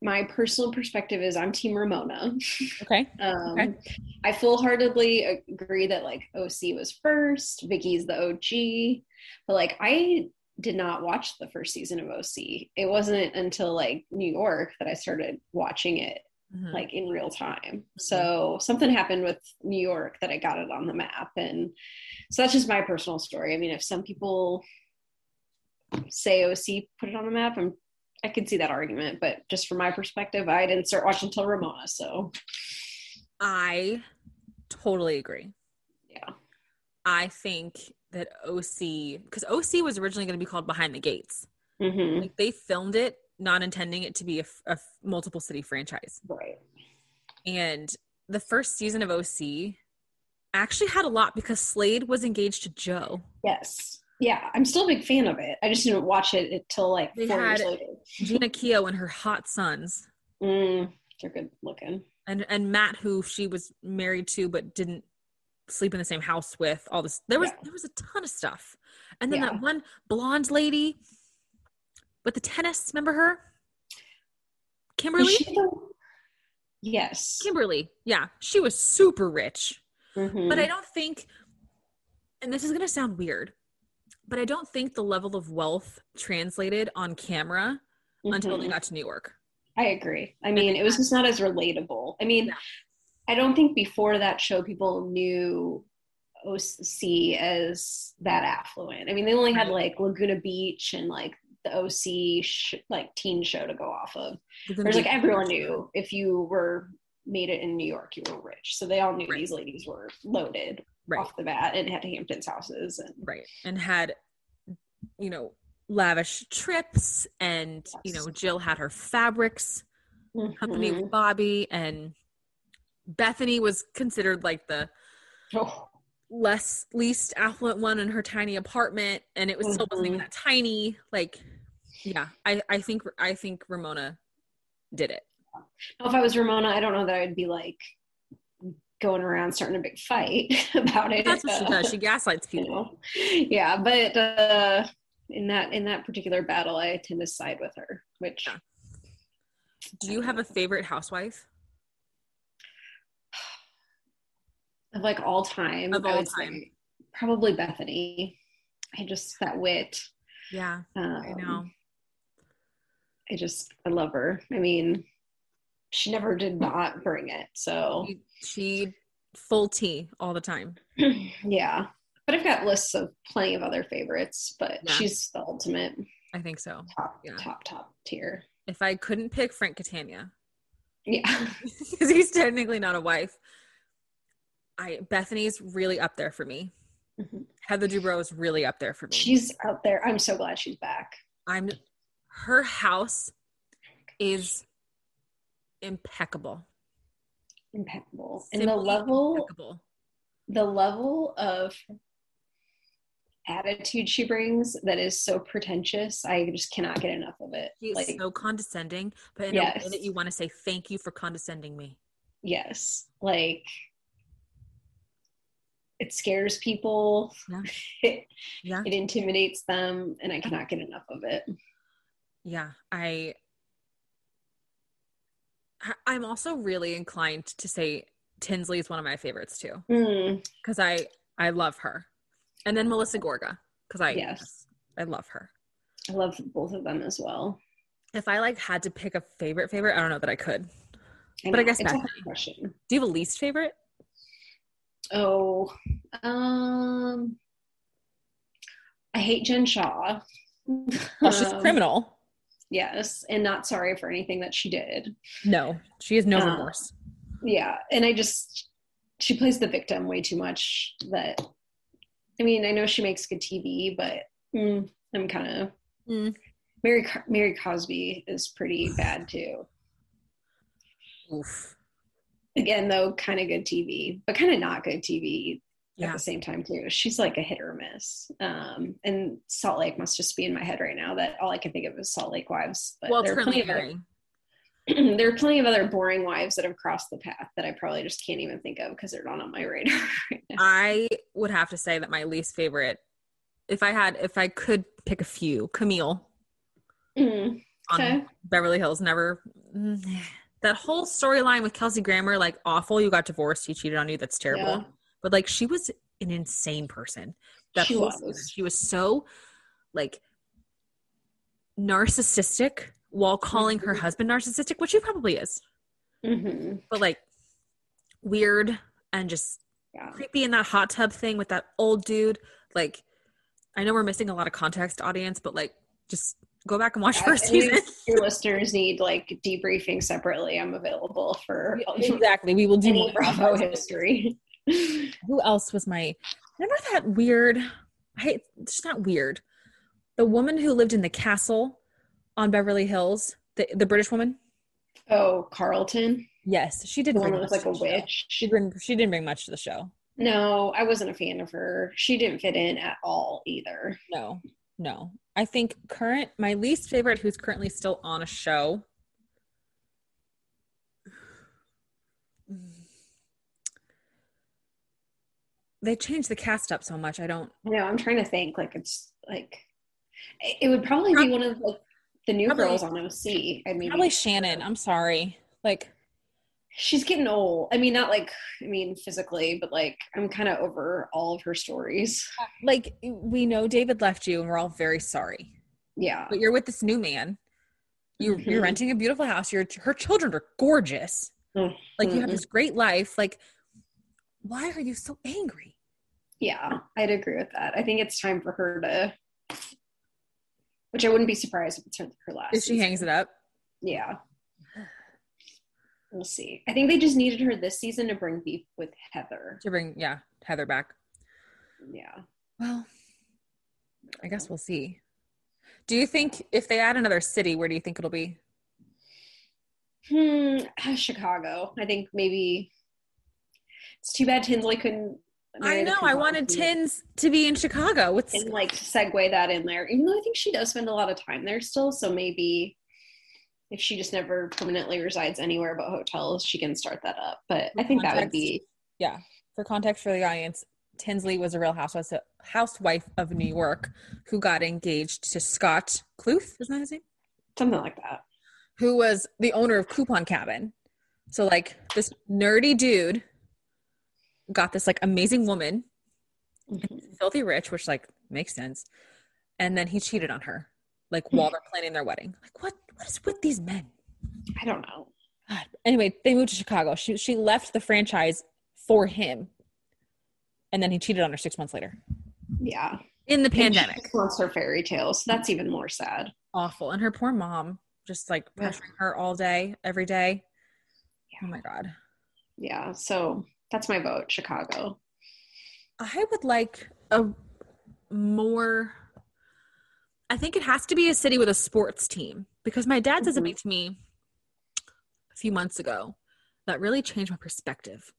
S2: My personal perspective is I'm Team Ramona.
S1: Okay.
S2: Um,
S1: Okay.
S2: I full heartedly agree that like OC was first, Vicky's the OG, but like I did not watch the first season of OC. It wasn't until like New York that I started watching it
S1: Mm-hmm. Mm.
S2: like in real time. So something happened with New York that I got it on the map. And so that's just my personal story. I mean, if some people say OC put it on the map, I'm I could see that argument, but just from my perspective, I didn't start watching until Ramona. So
S1: I totally agree.
S2: yeah.
S1: I think that OC because OC was originally going to be called Behind the Gates.
S2: hmm
S1: Like they filmed it not intending it to be a, f- a f- multiple city franchise.
S2: Right.
S1: And the first season of OC actually had a lot because Slade was engaged to Joe.
S2: Yes. Yeah. I'm still a big fan of it. I just didn't watch it until like
S1: They
S2: four
S1: had-
S2: years later.
S1: Gina Keogh and her hot sons
S2: Mm, they're good looking.
S1: and and Matt who she was married to but didn't sleep in the same house with all this there was
S2: Yeah.
S1: there was a ton of stuff. And then
S2: Yeah.
S1: that one blonde lady with the tennis, remember her?
S2: Is
S1: Kimberly?
S2: she the- Yes.
S1: Kimberly. Yeah, she was super rich.
S2: Mhm.
S1: But I don't think and this is going to sound weird, but I don't think the level of wealth translated on camera until they
S2: Mhm.
S1: got to New York.
S2: I agree. I mean,
S1: they
S2: it was
S1: had-
S2: just not as relatable. I mean,
S1: Yeah.
S2: I don't think before that show people knew OC as that affluent. I mean, they only had like Laguna Beach and like the OC sh- like teen show to go off of. Whereas like everyone knew if you were made it in New York, you were rich. So they all knew
S1: Right.
S2: these ladies were loaded
S1: Right.
S2: off the bat and had Hamptons houses and
S1: right and had you know lavish trips and you
S2: Yes.
S1: know jill had her fabrics company
S2: Mhm.
S1: with bobby and Bethany was considered like the
S2: Oh,
S1: less least affluent one in her tiny apartment and it was still wasn't even
S2: Mhm.
S1: that tiny. Like yeah, I I think I think Ramona did it.
S2: Now, if I was Ramona, I don't know that I'd be like going around starting a big fight about it.
S1: That's what she
S2: Uh,
S1: does. She gaslights
S2: you
S1: people.
S2: know, yeah. But uh, in that in that particular battle, I tend to side with her. Which
S1: Yeah. Do you have a favorite housewife?
S2: of like all time,
S1: Of
S2: I
S1: all
S2: would
S1: time.
S2: say probably Bethany. I just that wit.
S1: Yeah,
S2: Um,
S1: I know.
S2: I just I love her. I mean, she never
S1: Hmm.
S2: did not bring it. So
S1: She, she full tea all the time. Mm-hmm.
S2: yeah. But I've got lists of plenty of other favorites, but
S1: Yeah.
S2: she's the ultimate
S1: I think so.
S2: top,
S1: Yeah.
S2: top, top tier.
S1: If I couldn't pick Frank Catania,
S2: Yeah.
S1: because he's technically not a wife. I Bethany's really up there for me.
S2: Mhm.
S1: Heather Dubrow is really up there for me.
S2: She's out there. I'm so glad she's back.
S1: I'm her house is impeccable.
S2: Impeccable. And the
S1: Simply
S2: level
S1: impeccable.
S2: the level of attitude she brings that is so pretentious. I just cannot get enough of it.
S1: She's
S2: like
S1: so condescending, but in a way
S2: Yes.
S1: that you want to say thank you for condescending me.
S2: yes. Like it scares people.
S1: Yeah.
S2: it,
S1: Yeah.
S2: it intimidates them and I cannot get enough of it.
S1: Yeah, I I- I'm also really inclined to say Tinsley is one of my favorites too.
S2: Mm,
S1: because I I love her, and then Melissa Gorga because I
S2: Yes.
S1: I love her.
S2: I love both of them as well.
S1: If I like had to pick a favorite favorite, I don't know that I could. But I
S2: know,
S1: guess
S2: it's a
S1: Bethany.
S2: hard question.
S1: Do you have a least favorite?
S2: Oh, um, I hate Jen Shaw.
S1: Well, Oh, she's
S2: Um,
S1: criminal.
S2: Yes, and not sorry for anything that she did.
S1: No, she has no
S2: uh,
S1: remorse.
S2: Yeah, and I just she plays the victim way too much. That I mean, I know she makes good TV, but mm, I'm kind of
S1: Mm.
S2: Mary. Co- Mary Cosby is pretty bad too.
S1: Oof.
S2: Again, though, kind of good TV, but kind of not good TV at
S1: Yeah.
S2: the same time too. She's like a hit or miss. Um, and Salt Lake must just be in my head right now that all I can think of is Salt Lake wives. But
S1: Well, it's
S2: there are
S1: currently
S2: plenty of other,
S1: airing.
S2: there are plenty of other boring wives that have crossed the path that I probably just can't even think of because they're not on my radar right now.
S1: I would have to say that my least favorite, if I had, if I could pick a few, Camille
S2: Mm,
S1: on
S2: Okay.
S1: Beverly Hills. Never. mm, That whole storyline with Kelsey Grammer, like awful. You got divorced. He cheated on you. That's terrible.
S2: Yeah.
S1: But like, she was an insane person. That
S2: She
S1: whole
S2: was.
S1: season, she was so like narcissistic while calling her
S2: Mhm.
S1: husband narcissistic, which he probably is,
S2: hmm
S1: but like weird and just
S2: Yeah.
S1: creepy in that hot tub thing with that old dude. Like, I know we're missing a lot of context, audience, but like, just go back and watch
S2: I-
S1: first
S2: I think
S1: season.
S2: Your listeners need like debriefing separately. I'm available for
S1: exactly. We will do
S2: any
S1: more.
S2: Bravo history.
S1: Who else was my? Remember that weird? I it's not weird. The woman who lived in the castle on Beverly Hills, the, the British woman.
S2: oh, Carlton,
S1: Yes, she
S2: the
S1: didn't.
S2: one
S1: Bring
S2: that
S1: much
S2: was like
S1: to
S2: a
S1: the show.
S2: witch.
S1: She didn't. She didn't bring much to the show.
S2: No, I wasn't a fan of her. She didn't fit in at all either.
S1: No, no. I think current my least favorite, who's currently still on a show. They changed the cast up so much. I don't.
S2: No, I'm trying to think. Like it's like it it would probably be one of like the new
S1: Probably-
S2: girls on OC. I mean,
S1: Probably Shannon. I'm sorry. Like
S2: she's getting old. I mean, not like I mean physically, but like I'm kind of over all of her stories.
S1: like we know David left you and we're all very sorry.
S2: Yeah,
S1: But you're with this new man. You you're
S2: Mhm.
S1: renting a beautiful house. Your her children are gorgeous.
S2: Mhm.
S1: Like you have this great life. Like why are you so angry?
S2: yeah, I'd agree with that. I think it's time for her to. Which I wouldn't be surprised if it's her, her last.
S1: If she hangs it up.
S2: Yeah. We'll see. I think they just needed her this season to bring beef with Heather.
S1: to bring yeah heather back
S2: Yeah.
S1: well i guess we'll see do you think if they add another city where do you think it'll be
S2: Hmm. Chicago. I think maybe It's too bad Tinsley couldn't. marry
S1: I
S2: the
S1: know. I wanted
S2: Kentucky
S1: Tins to be in Chicago. What's
S2: And like segue that in there, even though I think she does spend a lot of time there still. So maybe if she just never permanently resides anywhere but hotels, she can start that up. But I think that would be
S1: for context for the audience? Tinsley was a Real Housewife housewife of New York who got engaged to Scott Kluth. Isn't that his name?
S2: something like that.
S1: who was the owner of Coupon Cabin. So like this nerdy dude got this like amazing woman,
S2: Mm-hmm.
S1: filthy rich, which like makes sense. And then he cheated on her, like while they're planning their wedding. Like what what is with these men?
S2: I don't know.
S1: God. Anyway, they moved to Chicago. She she left the franchise for him. And then he cheated on her six months later.
S2: Yeah.
S1: In the
S2: And she
S1: pandemic.
S2: just wants her fairy tale, so that's even more sad.
S1: Awful. And her poor mom just like
S2: Yeah.
S1: pressuring her all day, every day. Oh my God.
S2: Yeah. So that's my vote, Chicago.
S1: I would like a more. I think it has to be a city with a sports team because my dad said something to me a few months ago that really changed my perspective.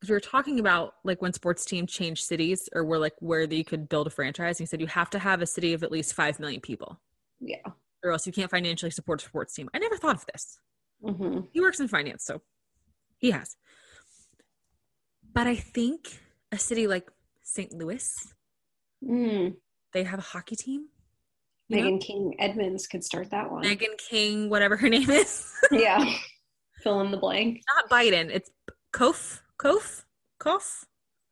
S1: Because we were talking about like when sports team change cities or where like where you could build a franchise. And he said you have to have a city of at least five million people.
S2: Yeah.
S1: Or else you can't financially support a sports team. I never thought of this
S2: hmm
S1: he works in finance, so he has. But I think a city like St. Louis,
S2: Mm.
S1: they have a hockey team. You know?
S2: Megan King Edmonds could start that one.
S1: Megan King, whatever her name is.
S2: yeah. Fill in the blank.
S1: Not Biden. It's Kof, Kof, Kof,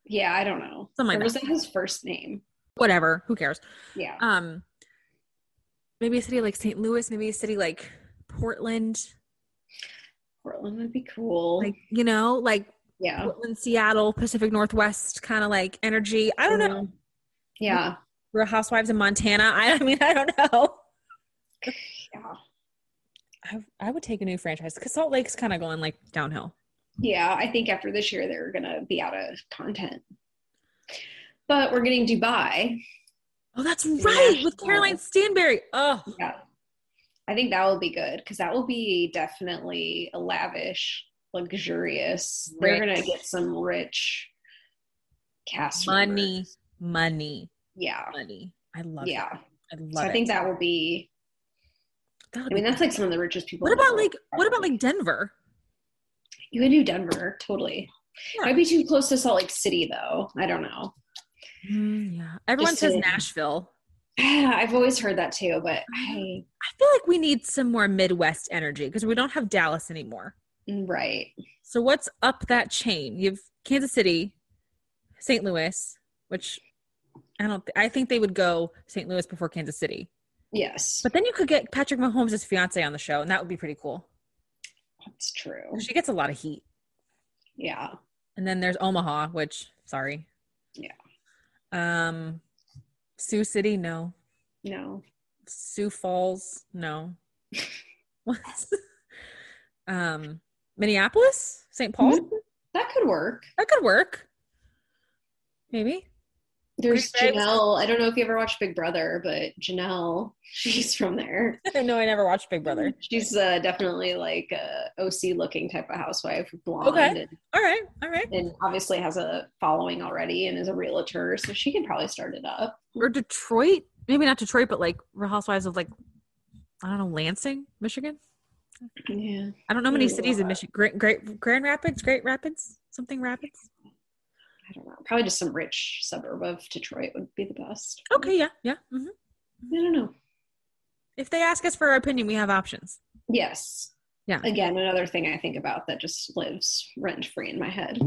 S2: Yeah, I don't know.
S1: Something like
S2: Or
S1: that.
S2: was that his first name?
S1: whatever. Who cares?
S2: Yeah.
S1: Um, maybe a city like St. Louis. Maybe a city like Portland.
S2: Portland would be cool.
S1: Like you know, like
S2: yeah.
S1: Portland, Seattle, Pacific Northwest kind of like energy. I don't know.
S2: Mhm. Yeah.
S1: Real Housewives in Montana. I, I mean, I don't know.
S2: Yeah.
S1: I, I would take a new franchise because Salt Lake's kind of going like downhill.
S2: Yeah. I think after this year, they're going to be out of content. But we're getting Dubai.
S1: Oh, that's
S2: right, with Caroline
S1: Stanberry. Oh,
S2: Yeah. I think that will be good because that will be definitely a lavish, luxurious. They're going to
S1: Rich.
S2: get some rich cast
S1: money,
S2: members.
S1: money,
S2: Yeah.
S1: money. I love it.
S2: Yeah.
S1: I love
S2: So I
S1: it.
S2: think that will be,
S1: That would
S2: I mean,
S1: be-
S2: that's like some of the richest people.
S1: what
S2: in the
S1: about
S2: world,
S1: like what about
S2: probably.
S1: like Denver?
S2: You could do Denver, totally.
S1: Yeah.
S2: Might be too close to Salt Lake City, though. I don't know.
S1: Mm, yeah, everyone
S2: Just
S1: says
S2: to-
S1: Nashville.
S2: I've always heard that too, but I,
S1: I feel like we need some more Midwest energy because we don't have Dallas anymore.
S2: mm, right.
S1: So what's up that chain? You've Kansas City, St. Louis, which I don't. Th- I think they would go St. Louis before Kansas City.
S2: Yes,
S1: But then you could get Patrick Mahomes' fiance on the show, and that would be pretty cool.
S2: that's true.
S1: She gets a lot of heat.
S2: Yeah.
S1: And then there's Omaha, which sorry.
S2: Yeah.
S1: Um Sioux City, no.
S2: No.
S1: Sioux Falls, no. What's- um Minneapolis? St. Paul?
S2: Mm-hmm. That could work.
S1: That could work. Maybe.
S2: There's
S1: Green Bay was-
S2: Janelle. I don't know if you ever watched Big Brother, but Janelle, she's from there.
S1: no, I never watched Big Brother.
S2: She's uh, definitely like a OC looking type of housewife, blonde,
S1: Okay.
S2: and,
S1: Mm-hmm. All right, all right.
S2: and obviously has a following already and is a realtor, so she could probably start it up.
S1: Or Detroit? Maybe not Detroit, but like Real Housewives of like I don't know, Lansing, Michigan?
S2: Yeah.
S1: I don't know many
S2: Ooh,
S1: cities in
S2: uh,
S1: Michigan. Great, great, Grand Rapids, Great Rapids, something Rapids.
S2: I don't know. Probably just some rich suburb of Detroit would be the best.
S1: Okay, yeah, yeah. hmm
S2: I don't know.
S1: If they ask us for our opinion, we have options.
S2: Yes.
S1: Yeah.
S2: Again, another thing I think about that just lives rent free in my head.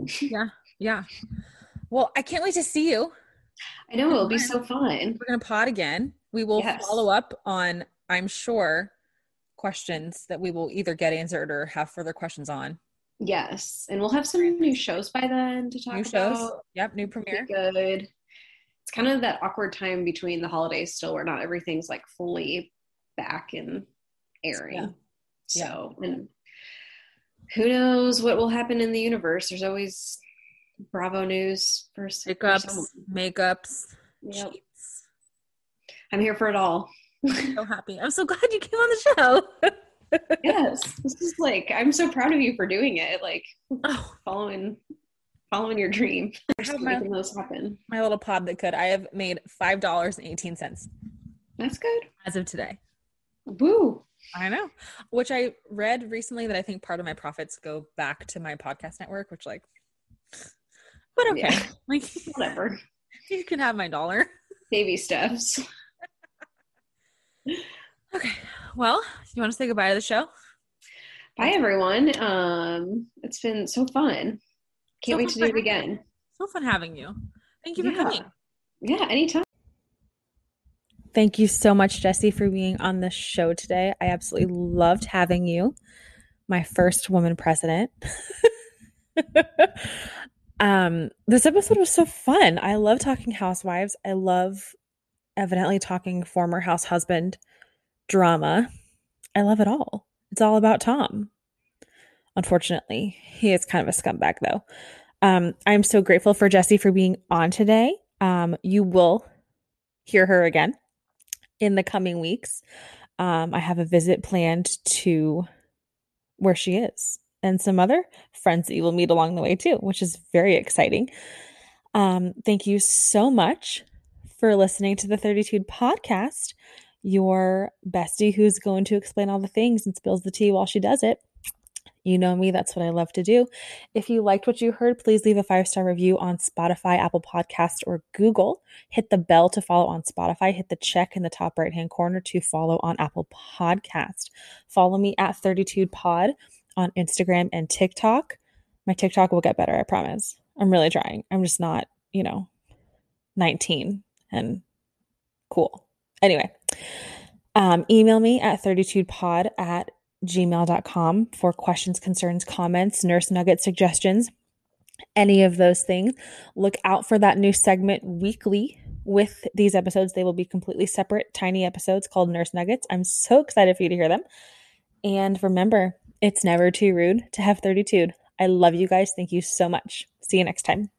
S1: Yeah. Well, I can't wait to see you.
S2: I know it'll be so fun.
S1: We're gonna pod again. We will
S2: Yes.
S1: follow up on, I'm sure, questions that we will either get answered or have further questions on.
S2: Yes. And we'll have some new shows by then to talk
S1: New shows.
S2: about.
S1: Yep, new
S2: Be
S1: premiere.
S2: Good. It's kind of that awkward time between the holidays still where not everything's like fully back and airing.
S1: Yeah.
S2: So and who knows what will happen in the universe. There's always Bravo news for s- for
S1: Pickups,
S2: someone.
S1: makeups,
S2: Yep.
S1: cheats.
S2: I'm here for it all.
S1: So happy. I'm so glad you came on the show.
S2: yes this is like i'm so proud of you for doing it like
S1: oh,
S2: following following your dream.
S1: I have my-
S2: making those happen.
S1: My little pod that could. I have made five dollars and eighteen cents
S2: That's good.
S1: as of today.
S2: Woo.
S1: I know. Which I read recently that I think part of my profits go back to my podcast network, which like but okay.
S2: Yeah.
S1: Like
S2: Whatever.
S1: you can have my dollar.
S2: Baby steps.
S1: Okay. Well, you want to say goodbye to the show?
S2: Bye everyone. Um, it's been so fun. Can't
S1: So
S2: wait
S1: fun
S2: to do it
S1: for-
S2: again.
S1: So fun having you. Thank you for
S2: Yeah.
S1: coming.
S2: Yeah, anytime.
S1: Thank you so much, Jesse, for being on the show today. I absolutely loved having you, my first woman president. um, this episode was so fun. I love talking housewives. I love evidently talking former house husband drama. I love it all. It's all about Tom. Unfortunately, he is kind of a scumbag, though. Um, I'm so grateful for Jesse for being on today. Um, you will hear her again in the coming weeks. Um, I have a visit planned to where she is and some other friends that you will meet along the way too, which is very exciting. Um, thank you so much for listening to the 32 podcast. Your bestie who's going to explain all the things and spills the tea while she does it. You know me, that's what I love to do. If you liked what you heard, please leave a five star review on Spotify, Apple Podcast, or Google hit the bell to follow on Spotify, hit the check in the top right hand corner to follow on Apple Podcast. Follow me at 32pod on Instagram and TikTok. My TikTok will get better, I promise. I'm really trying. I'm just not, you know, 19 and cool. Anyway, um, email me at 32pod at gmail.com for questions, concerns, comments, nurse nugget suggestions, any of those things. Look out for that new segment weekly with these episodes. They will be completely separate, tiny episodes called Nurse Nuggets. I'm so excited for you to hear them. And remember, it's never too rude to have 32. I love you guys. Thank you so much. See you next time.